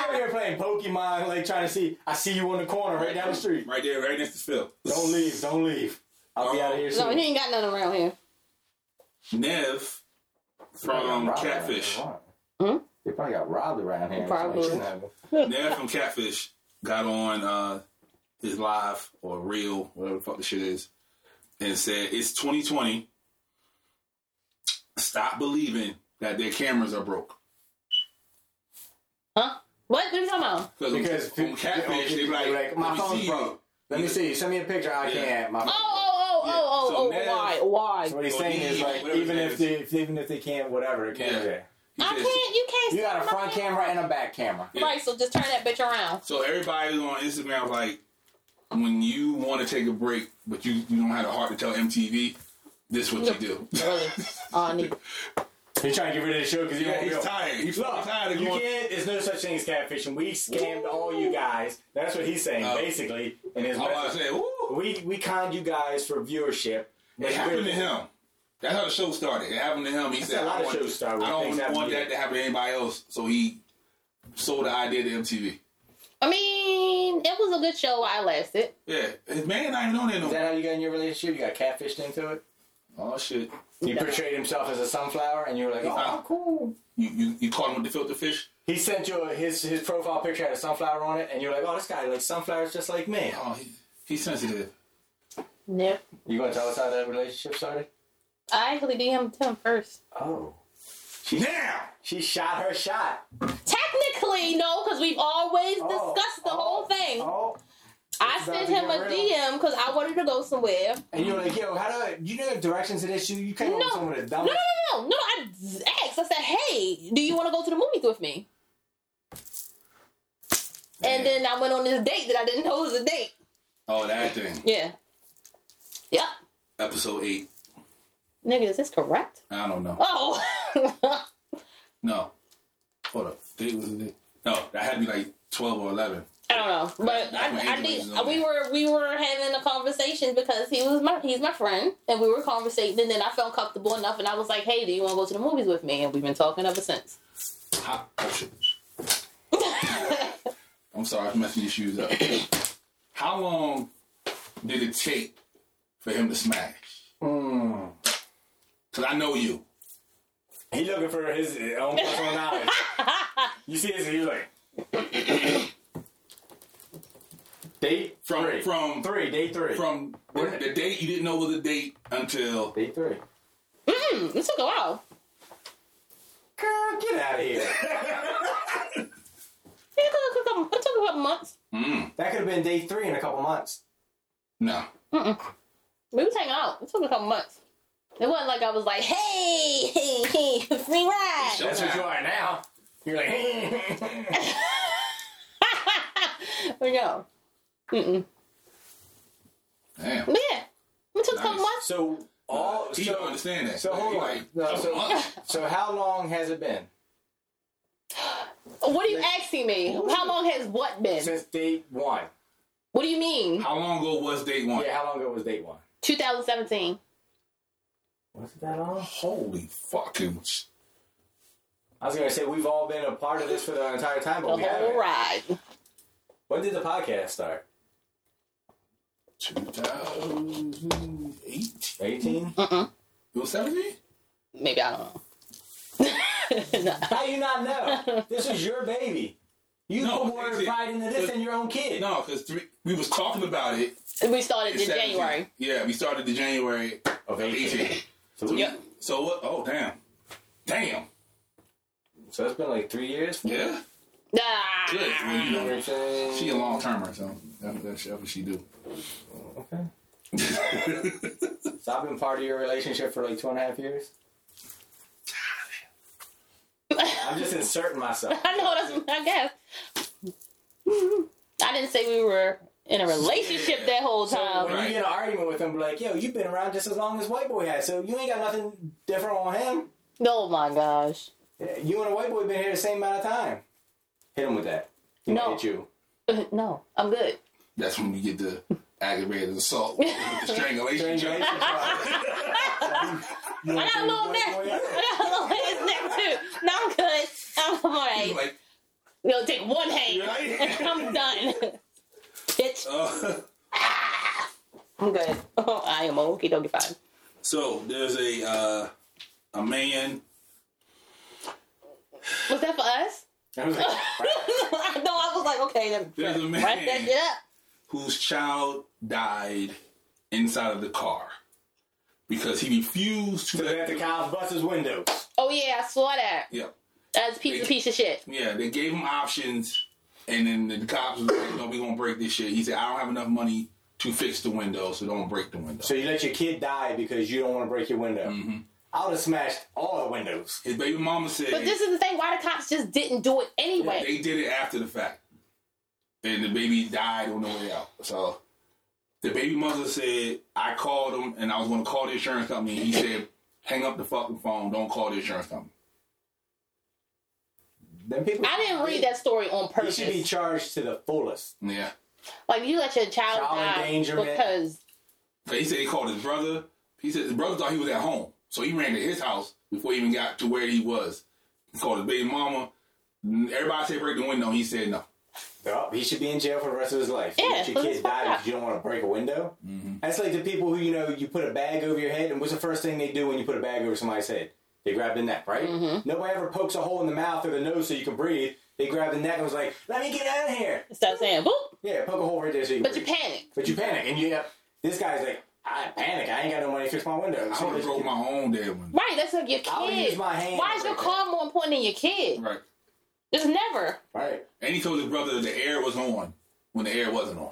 over here playing Pokemon, like trying to see. I see you on the corner, right down the street.
Right there, right next to Phil.
Don't leave, don't leave. I'll be out of here
No,
soon.
he ain't got nothing around here.
Nev from Catfish.
Hmm?
They probably got robbed around here.
Probably.
They shouldn't have.
Nev from Catfish got on uh, his live or real, whatever the fuck the shit is, and said it's 2020. Stop believing that their cameras are broke.
Huh? What? What are you talking about?
Because
Because
on, on Catfish, they be like,
my
"Let me
phone's
see
broke. Let me see. Send me a picture. I
Yeah.
can't. My
Oh, oh, oh, oh,
So
oh, oh.
now-
why? Why?
So what he's
Or
saying is
leave,
like,
whatever
even
it
if
is.
they, if, even if they can't, whatever, it can't.
Yeah.
Yeah.
You
I can't.
just-
You can't.
You got a
stop
front
my-
camera and a back camera.
Right. So just turn that bitch around.
So everybody on Instagram was like, when you want to take a break, but you, you don't have the heart to tell MTV, this what you do.
Really? Oh, I need.
He's trying to get rid of the show because he
Yeah,
won't
he's
go.
tired. He's
Look,
fucking tired of
you
going.
can't. There's no such thing as catfishing. We scammed all you guys. That's what he's saying,
Oh.
basically. In his
I was
message.
saying, ooh,
we we conned you guys for viewership.
it happened to him. That's how the show started. It happened to him. He said,
a lot
I,
of
want,
shows start with
I
things
don't
happen
want
to you.
that to happen to anybody else. So he sold the idea to MTV.
I mean, it was a good show while it lasted.
Yeah, his man not even on there no more.
Is that how you got in your relationship? You got catfished into it.
Oh shit!
He portrayed himself as a sunflower, and you were like, "Oh,
Uh-huh.
cool."
You you, you caught him with the filter fish?
He sent you a, his his profile picture had a sunflower on it, and you're like, "Oh, this guy likes sunflowers just like me."
Oh, he, he's sensitive.
Yep.
You gonna tell us how that relationship started?
I actually DM'd him first.
Oh,
Now
she shot her shot.
Technically, no, because we've always
Oh,
discussed the
oh,
whole thing.
Oh,
I
it's about
sent
to
him
get
a
real.
DM because I wanted to go somewhere.
and you're like, "Yo, how do I, you know directions to this? You you came up with
No.
some of the dumbest."
No, no, no, no, no. I asked. I said, "Hey, do you want to go to the movies with me?" And then I went on this date that I didn't know was a date.
Oh, that thing.
Yeah. Yep.
Episode eight.
Nigga, is this correct?
I don't know.
Oh.
No. Hold up. They was it? No, that had to be like twelve or eleven.
I don't know, but
That's when
I, I
Adrian
did.
was on
We
there.
were we were having a conversation because he was my he's my friend, and we were conversating. And then I felt comfortable enough, and I was like, "Hey, do you want to go to the movies with me?" And we've been talking ever since.
Ha. Oh, shit. I'm sorry, I'm messing your shoes up. How long did it take for him to smash? Cause I know you.
Hmm. He looking for his own personal knowledge. you see his, he's like. Date
From-
three.
from-
three. Day three.
From the, the date you didn't know was a date until
day three.
Mm, it took a while.
Girl, get out of here.
It took a couple, it took a couple months.
mm,
that could have been day three in a couple months.
no.
We was hanging out. It took a couple months. It wasn't like I was like, hey, hey, hey, free ride.
Sure.
That's what you are now. You're like,
no. Mm-mm.
Damn.
But yeah, it took a
Nice.
couple months.
so all.
he
so,
don't understand that.
So
Like,
hold
he
on.
like,
No,
"Couple
so,
months."
so how long has it been
What are you asking me? How long has what been?
since date one?
What do you mean?
How long ago was date one?
Yeah, how long ago was date one?
2017.
Was it that long?
Holy fucking. sh-
I was gonna say we've all been a part of this for the entire time,
Oh,
but we
The whole
haven't.
ride.
When did the podcast start?
2008?
Eighteen.
It was 17?
Maybe I don't know. Nah.
How you not know? This is your baby. You
No,
put more
it's-
pride into this
it's-
than your own kid.
No, because we was talking about it.
We started
in 17.
in January.
Yeah, we started in January
Of
18.
So, we-
Yep.
So what? Oh, damn. Damn.
so it's been like three years.
Yeah.
Ah.
Good. I mean, you know, she
She
a long termer, so that's, that's, that's what she do.
Okay. so I've been part of your relationship for like two and a half years. I'm just inserting myself.
I know that's I guess. I didn't say we were in a relationship
Yeah. uh,
that whole
So
time.
when you get in an argument with him, be like, "Yo, you've been around just as long as white boy has, so you ain't got nothing different on him.
oh my gosh.
You and a white boy been here the same amount of time." Hit him with that. He might
No.
hit you.
No, I'm good.
That's when we get the aggravated assault, the strangulation.
Strange
joke.
relationship. You wanna
I got a
be
little
white boy
mess.
out?
I got a little mess neck too. No, I'm good. I'm alright.
like,
We'll take one hand.
Right?
I'm done. Bitch,
uh,
I'm good. Oh, I am okay. Don't get fine.
so there's a uh, a man.
Was that for us?
I was like,
no, I was like, okay, then
There's a
wrap that
man
shit up.
whose child died inside of the car because he refused to
So they
let
had to
the
Kyle's bus's windows.
Oh yeah, I saw that.
yeah
That's a piece, a piece of shit.
yeah they gave him options, and then the cops was like, "No, we gonna break this shit." He said, "I don't have enough money to fix the window, so don't break the window."
So you let your kid die because you don't want to break your window.
Mm-hmm.
I would have smashed all the windows.
His baby mama said,
But this is the thing. Why the cops just didn't do it anyway?
They did it after the fact. And the baby died on the way out. So the baby mother said, I called him and I was going to call the insurance company. And he said, hang up the fucking phone. Don't call the insurance company.
Then people.
I didn't read that story on
He
purpose.
should be charged to the fullest.
Yeah.
like you let your child,
Child
die
endangerment.
because
So he said he called his brother. He said his brother thought he was at home. So he ran to his house before he even got to where he was. He called his baby mama. Everybody said break the window. He said no.
Yup, he should be in jail for the rest of his life. You
Yeah,
let your
well,
kid
that's
die
fucked
because you don't want to break a window.
Mm-hmm.
That's like the people who you know you put a bag over your head, and what's the first thing they do when you put a bag over somebody's head? They grab the neck, right?
Mm-hmm.
Nobody ever pokes a hole in the mouth or the nose so you can breathe. They grab the neck and was like, "Let me get out of here."
stop saying boop,
Yeah, poke a hole right there so you. Can
but you
breathe.
panic.
But you panic, and you this guy's like, I panic. I ain't got no money to fix my window.
I would have broke my own damn window.
Right, that's like your
I would use
kid.
my hand
Why is your
right
car more important than your kid?
Right.
It's never.
right.
And he told his brother the air was on when the air wasn't on.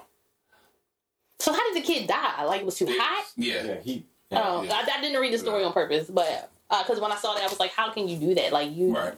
So how did the kid die? Like it was too hot.
Yeah, he.
Oh, I, I didn't read the story on purpose, but because when I saw that, I was like, how can you do that? Like you,
Right.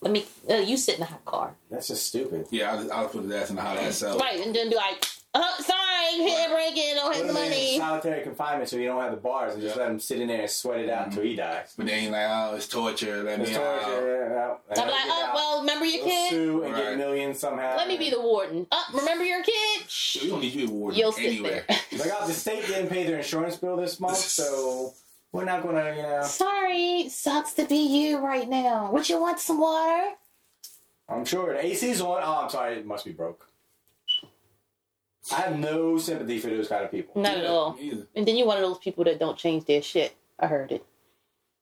let me, uh, you sit in a hot car,
That's just stupid.
Yeah, I'll, I'll put his ass in the hot ass cell.
right, and then be like, uh, sorry, you can't break it, don't have
Put
the
him in
money.
solitary confinement so he don't have the bars and just
Yeah. Mm-hmm.
let him sit in there and sweat it out until he dies.
But they ain't like, oh, it's torture. Let me
It's
out.
torture, out, and
I'm
he'll
like,
get
oh
out.
well, remember your
He'll
kid?
sue and
Right.
get millions somehow.
Let me be the warden. Uh, remember your kid?
We don't need you to warden
You'll sit
anywhere.
there.
Like, oh, the state didn't pay their insurance bill this month, so we're not going to, you know.
Sorry, sucks to be you right now. Would you want some water?
I'm sure the AC's on. Oh, I'm sorry, it must be broke. I have no sympathy for those kind of people.
Not at all.
Me either.
And then you one of those people that don't change their shit. I heard it.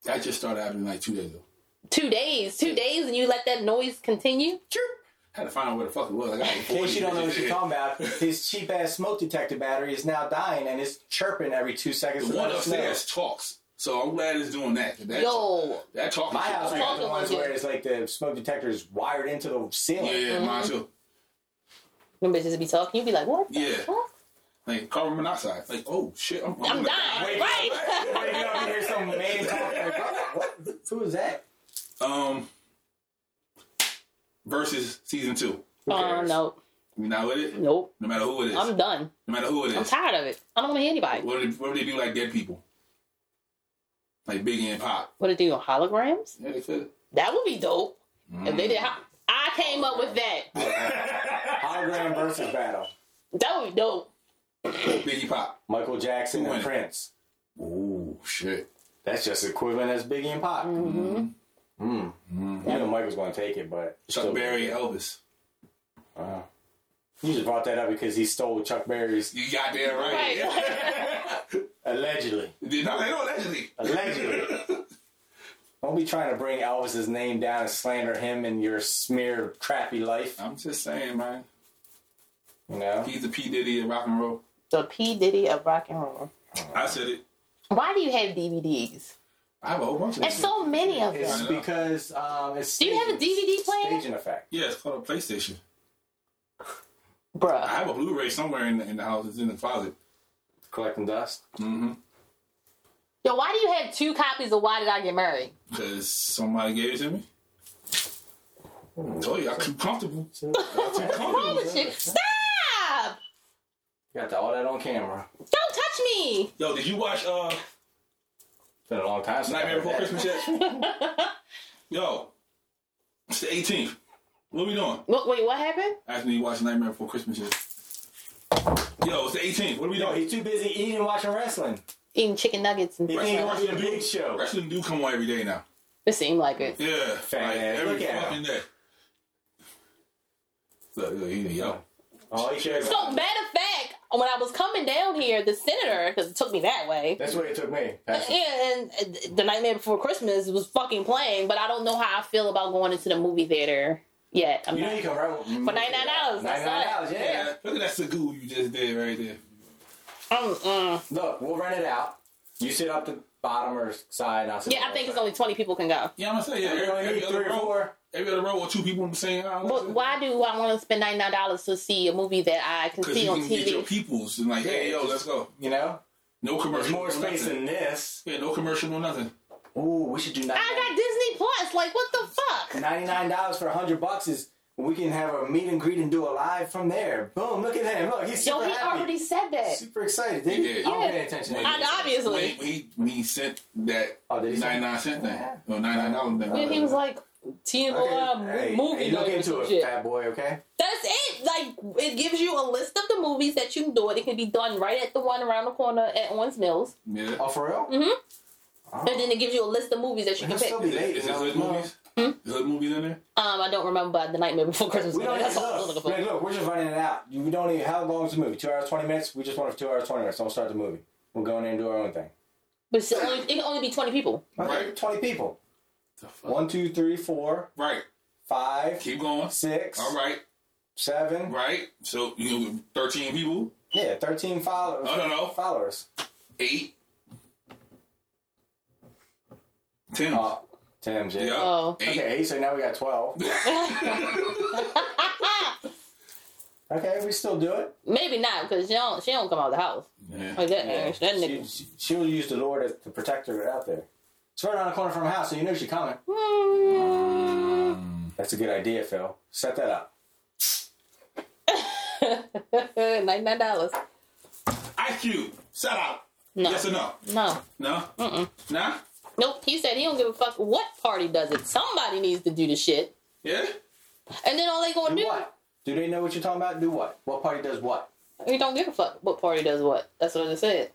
That just started happening like two days ago.
Two days, two days, and you let that noise continue.
Chirp. had to find out where the fuck it was. I got it before
Well, she
you.
don't know what she's talking about. His cheap ass smoke detector battery is now dying and it's chirping every two seconds.
The
to
one
let us know.
upstairs talks. So I'm glad it's doing that. That,
Yo,
that talking
My
shit-
house, I
Yeah,
got the ones where it's like the smoke detector is wired into the ceiling.
yeah, mine
Mm-hmm.
too.
them bitches be talking. You be like, what? the
Yeah.
fuck?
Like carbon monoxide. Like, oh shit, I'm,
I'm
gonna die.
dying, right?
Wait, you don't hear some man talking. Like, what? what? Who was that?
Um, versus season two.
Who
Oh
cares?
no,
You not with it?
nope.
No matter who it is.
I'm done.
no matter who it
I'm
is.
tired of it. I don't want to hear anybody.
What would, they, what would they do like dead people? Like Biggie and Pop.
What to do on holograms?
Yeah, they could.
That would be dope. If they did,
Mm.
ho- I came up with that.
Hologram versus battle.
That would be dope.
Biggie Pop.
Michael Jackson
Who
and
win?
Prince.
Oh shit.
That's just equivalent as Biggie and Pop. Mm-hmm. You know Michael's going to take it, but
Chuck
still-
Berry and Elvis.
Wow. You just brought that up because he stole Chuck Berry's
You got there right.
Right.
allegedly.
no, they don't allegedly.
Allegedly. Don't be trying to bring Elvis's name down and slander him in your smear crappy life.
I'm just saying, man.
You know?
He's the P Diddy of rock and roll.
The P Diddy of rock and roll.
I said it.
Why do you have DVDs?
I have a whole bunch of
There's
this
so many of
It's
them.
because um, it's
Do you have a DVD player,
staging effect.
shit. Yeah, it's called a PlayStation. I
bruh?
have a Blu-ray somewhere in the, in the house. It's in the closet. Mm-hmm.
Collecting dust.
Yo, why do you have two copies of Why Did I Get Married?
Because somebody gave it to me. told you, I'm too comfortable.
You
Wrong with you? Stop!
got the, all that on camera.
Don't touch me.
Yo, did you watch uh,
It's been a long time since
Nightmare
I've
Before
had
Christmas yet? Yo, it's the 18th. What we doing?
What, wait, what happened?
After you watch Nightmare Before Christmas yet? Yo, it's the 18th. What are we
that. No,
doing?
he's too busy eating and watching wrestling.
Eating chicken nuggets and
He think he wants to
it
be the big show.
Wrestling do come on every day now.
seemed like it.
Yeah,
Fat
like
ass.
every
Look at
fucking
him.
day. Look, look, he- yo.
All he cares
So,
about.
matter of fact, when I was coming down here, the senator, because it took me that way,
That's what it took me. That's-
yeah, and uh, the nightmare before Christmas was fucking playing, but I don't know how I feel about going into the movie theater yet. I'm
You know
not-
you can rent
for ninety nine dollars,
Ninety
that's
nine
not.
dollars, yeah.
Yeah, look at that Sagoo you just did right there.
Um, mm.
Look, we'll rent it out. You sit up the bottom or side. And I'll sit
Yeah,
on
I
the
think it's
other
only twenty people can go.
Yeah, I'm gonna say yeah.
side.
Every,
You only
every
need
other
three or
row,
four.
every other row with two people "Ah, in the same aisle.
But why do I want to spend ninety nine dollars to see a movie that I can
Because
see
you
on
can get your
TV?
peoples and like, hey, yo, let's go.
You know,
No
there's
commercial.
more
no
space
nothing.
than this.
Yeah, no commercial, no nothing.
Ooh, we should do ninety
I got Disney Plus. Like, what the fuck?
ninety nine dollars for hundred bucks is. We can have a meet and greet and do a live from there. Boom! Look at him. Look, he's
Yo,
super
he
happy.
already said that.
super excited. Didn't
He
he?
did.
I don't
Yeah.
pay attention.
When-
I- obviously.
when- when he, when he sent that
Oh, did he send it?
99 cent thing. Or 99 dollar thing.
And he was like, TMO
Okay. Hey,
movie.
hey, look
night or
into
some
it,
shit.
fat boy. Okay.
That's it. Like it gives you a list of the movies that you can do it. It can be done right at the one around the corner at Owens Mills,
yeah.
Oh, for real?
Mhm.
Oh.
and then it gives you a list of movies that you can
He'll
pick.
still
Um,
be
Is it,
late.
is
you
it
know?
hood movies?
Hmm?
Is hood movies in there?
I don't remember the Nightmare Before Christmas.
We don't
That's
even
all I was
look.
looking for.
Like, look, we're just running it out. You- We don't even. How long is the movie? Two hours twenty minutes. We just want it for two hours twenty minutes. Don't start the movie. We're going in and do our own thing.
But it's only, it can only be twenty people.
Okay,
Right.
twenty people. One, two, three, four,
Right.
five,
Keep going.
six,
All right.
seven.
Right. So you 13 people,
Yeah, thirteen followers.
No, no, no.
Followers.
8. 10.
Uh, Tim's. Yeah.
yeah.
Oh.
8.
Okay, eight. So now we got twelve. okay, we still do it.
Maybe not because she don't she don't come out of the house
Yeah.
like that.
Yeah,
That
she,
nigga.
she, she'll use the Lord as the protector out there. It's right around the corner from her house, so you know she's coming. That's a good idea, Phil. Set that up.
Ninety nine dollars.
IQ. Shout out.
No.
Yes or no?
No.
No? Mm-mm. Nah?
Nope. He said he don't give a fuck what party does it. Somebody needs to do the shit.
Yeah?
And then all they gonna
Do
do,
what? Do they know what you're talking about? Do what? What party does what?
he don't give a fuck what party does what. That's what I just said.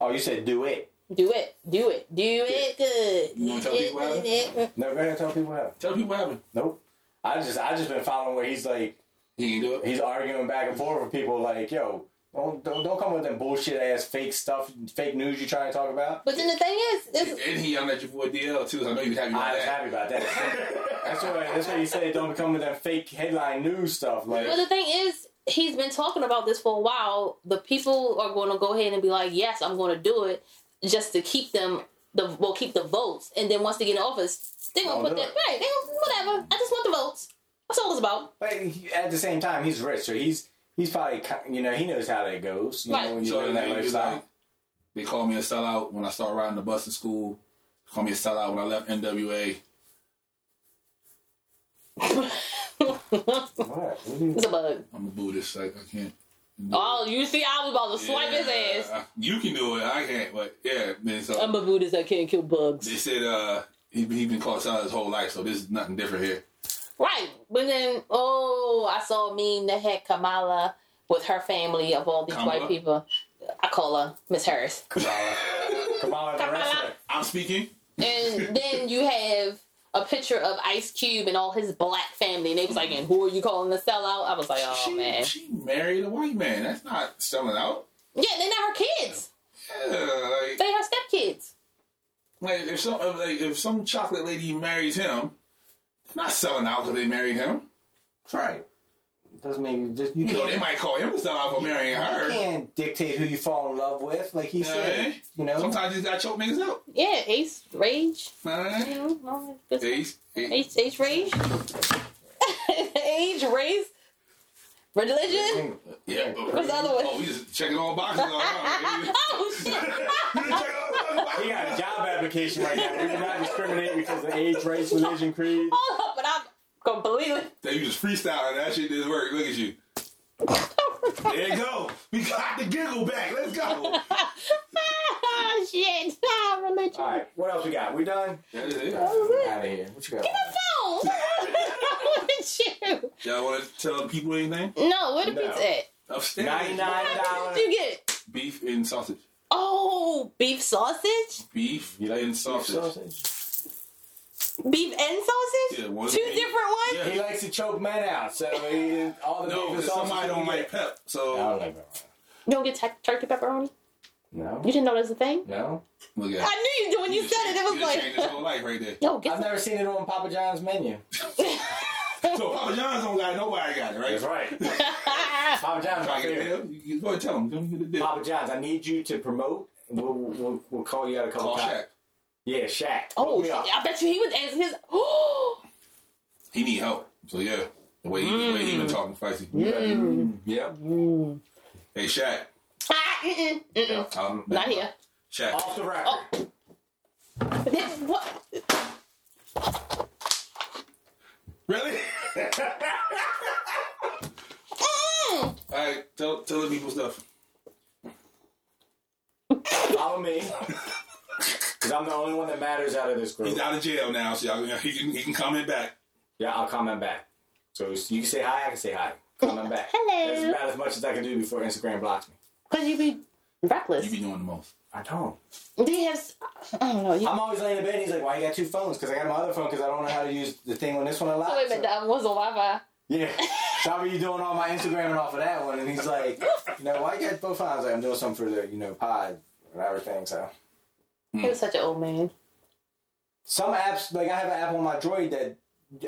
Oh, you said do it.
Do it. Do it. Do it good.
You wanna tell people about
No, go ahead and tell people how.
Tell people what happened.
Nope. I just I just been following where he's like
He ain't do it.
he's arguing back and forth with people like yo don't don't, don't come with that bullshit ass fake stuff fake news you trying to talk about.
But then the thing is, it's,
And he yelled at your boy DL too. So I know you was happy about
I was
that.
happy about that. That's why. That's why you say don't become with that fake headline news stuff. Like,
But the thing is, he's been talking about this for a while. The people are going to go ahead and be like, "Yes, I'm going to do it," just to keep them the well, keep the votes. And then once they get in office, they
Don't
won't put
do
that
it.
right. They don't, whatever. I just want the votes. That's all it's about.
but he- at the same time, he's rich, so he's he's probably ki- you know he knows how that goes. You
Right.
know, when you
So
live
then
that
they was
lifestyle.
like, they called me a sellout when I started riding the bus to school. They called me a sellout when I left NWA.
What? What do you-
It's a bug.
I'm a Buddhist. Like I can't.
Oh, you see, I was about to swipe his ass. Um,
Yeah, You can do it. I can't. But yeah, man. So
I'm a Buddhist that can't kill bugs.
they said uh, he he been called sellout his whole life. So this is nothing different here.
Right. But then, oh, I saw a meme that had Kamala with her family of all these
Kamala?
white people. I call her Miss Harris.
Kamala. Kamala the wrestler.
I'm speaking.
And then you have a picture of Ice Cube and all his black family. And they was like, and who are you calling a sellout? I was like, oh,
she,
man.
she married a white man. That's not selling out.
Yeah, they're not her kids.
Yeah, like,
They her stepkids.
like if some if, like, if some chocolate lady marries him, they're not selling out because they married him.
That's right. Doesn't mean just you
You know,
can't.
they might call him a sellout for marrying
You
her.
can't dictate who you fall in love with, like he said.
Hey.
You know,
eh? Sometimes you just gotta choke niggas out.
Yeah, Ace Rage. You
Alright?
know, all that good stuff.
Ace, Ace.
Age, age, rage, age, race, religion.
Yeah.
What's the other one?
Oh, we just checking all boxes. all right.
oh shit!
We just checking all the boxes.
he got a job application right now. We do not discriminate because of age, race, religion, creed.
Hold up, but I'm completely.
Then you just freestyling. That shit didn't work. Look at you. There you go. We got the giggle back. Let's go.
Ah, shit! Ah, religion.
All right, what else we got? We done?
That is it.
out of here. What you got?
Phone. What you?
Y'all want to tell people anything?
No, where the
No.
pizza at?
Upstairs.
Ninety nine
What
dollars.
did you get?
Beef and sausage.
Oh, beef sausage,
Beef and sausage.
beef and sausage.
Yeah, one
Two
beef.
different ones.
Yeah.
He likes to choke men out, so he, all the
No,
beef and
'cause
sausage
somebody
he
don't
can
like
get.
pep.
I don't
So
like that.
You don't get tu- turkey pepperoni. You
No,
didn't know that's a thing.
no.
look at.
I knew you when you said it. It was
changed his
like,
whole life right there.
yo,
I've
get
never seen it on Papa John's menu.
So Papa John's don't got it, nobody got it, right?
right.
some.
Papa
Try
John's my
to get a
favorite.
deal. You- you Go ahead, tell him. Tell him to get the deal.
Papa John's. I need you to promote. We'll, we'll, we'll call you out a couple
Call
times.
Shaq.
Yeah, Shaq.
Oh,
Hook me up.
I bet you he was asking his. Oh,
He need help. So yeah, the way he, the way he been talking spicy.
Yep.
Hey Shaq,
ah, mm-mm, mm-mm.
um,
not here.
Shaq,
Off the record.
What?
really?
Mm.
All right, tell tell the people stuff.
Follow me. Because I'm the only one that matters out of this group.
He's out of jail now, so y'all, he can he can comment back.
Yeah, I'll comment back. So you can say hi, I can say hi. Comment back.
Hello.
That's about as much as I can do before Instagram blocks me.
Cause you be
You
reckless.
be doing the most.
I don't.
Do you have? I don't know. You,
I'm always laying in bed. He's like, "Why you got two phones?" Because I got my other phone because I don't know how to use the thing on this one a lot.
oh, wait a minute. I was on Wi-Fi.
Yeah. So I you doing all my Instagramming off of that one, and he's like, "You know, why you got both phones?" I was Like, I'm doing something for the you know pod and everything. So
He was such an old man.
some apps, like I have an app on my Droid that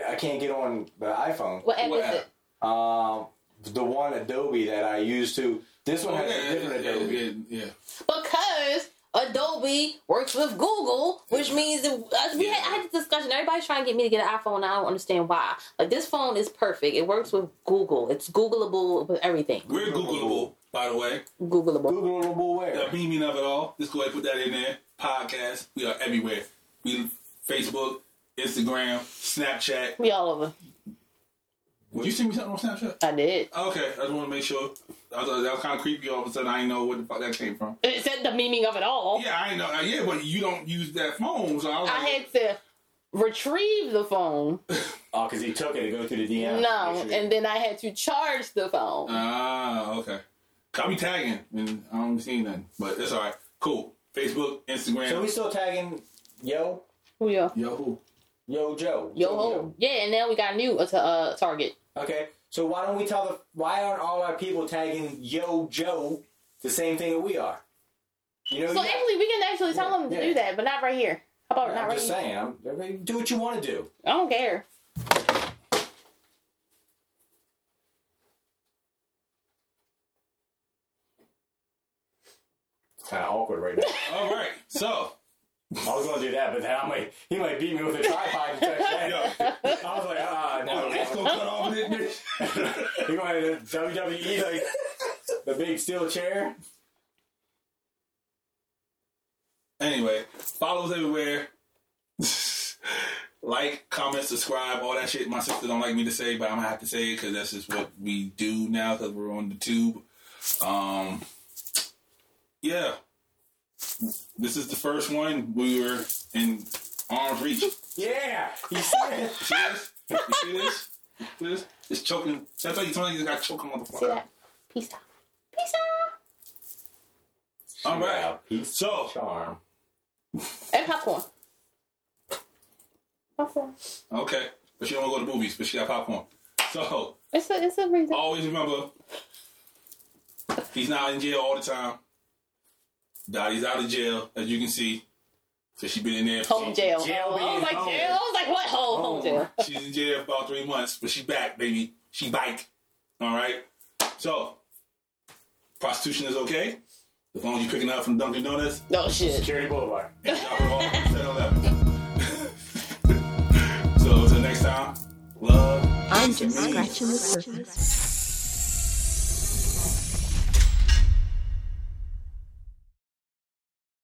I can't get on the iPhone.
What app
What
is
app?
it?
Um, the one Adobe that I used to. This one
Yeah,
has a
yeah,
different
yeah,
Adobe.
yeah, yeah.
Because Adobe works with Google, which means that uh, we had, I had this discussion. Everybody's trying to get me to get an iPhone. And I don't understand why. Like this phone is perfect. It works with Google. It's Googleable with everything.
We're Googleable, by the way.
Googleable.
Googleable where?
The meaning of it all. Just go ahead and put that in there. Podcast. We are everywhere. We Facebook, Instagram, Snapchat.
We all over.
Did you see me something on Snapchat?
I did.
Okay, I just want to make sure. I thought that was kind of creepy. All of a sudden, I didn't know where the fuck that came from.
It said the meaning of it all.
Yeah, I didn't know. Yeah, but you don't use that phone, so I was
I
like,
had to retrieve the phone.
Oh, because he took it to go through the DM.
no, and then I had to charge the phone.
ah, okay. I be tagging, and I don't see nothing, but that's all right. Cool. Facebook, Instagram.
so we still tagging yo,
Who yeah.
Yahoo.
yo Joe.
Yo
Joe,
ho. Yeah, and now we got a new uh, t- uh, target.
Okay, so why don't we tell the why aren't all our people tagging yo Joe the same thing that we are? You know,
So
you-
actually, we can actually tell them to
Oh, Yeah.
do that, but not right here. How about
I'm
not right
just
here?
saying, I'm, do what you want to do.
I don't care.
Kind of awkward right now.
All right, so
I was gonna do that, but then I might he might beat me with a tripod to touch that.
yo,
I was like, ah, no.
that's gonna cut off this bitch.
You're going to WWE E, like the big steel chair.
Anyway, follow us everywhere. like, comment, subscribe, all that shit. My sister don't like me to say, but I'm gonna have to say it because that's just what we do now because we're on the tube. Um, yeah, this is the first one we were in arm's reach.
Yeah, he said.
See this? You see this? You see this? It's choking. That's why you told me you got choking on the
See
floor.
that? Peace out. Peace out.
All right.
Yeah, he's
So,
charm.
And popcorn. Popcorn.
okay, but she don't want to go to movies, but she got popcorn. So.
It's a it's a reason.
Oh,
always remember he's not in jail all the time. Dottie's out of jail, as you can see. So she been in there.
Home jail.
Jail
oh, I was
means
like
home. Oh.
jail. I was like, what hole? Home,
Home.
jail.
She's in jail for about three months, but she back, baby. She bike. All right. So prostitution is okay as long as you're picking up from Dunkin' Donuts.
No shit.
Security Boulevard.
And alcohol from 7-Eleven. so until next time, love.
I'm
peace, and
just
mean.
scratching the surface.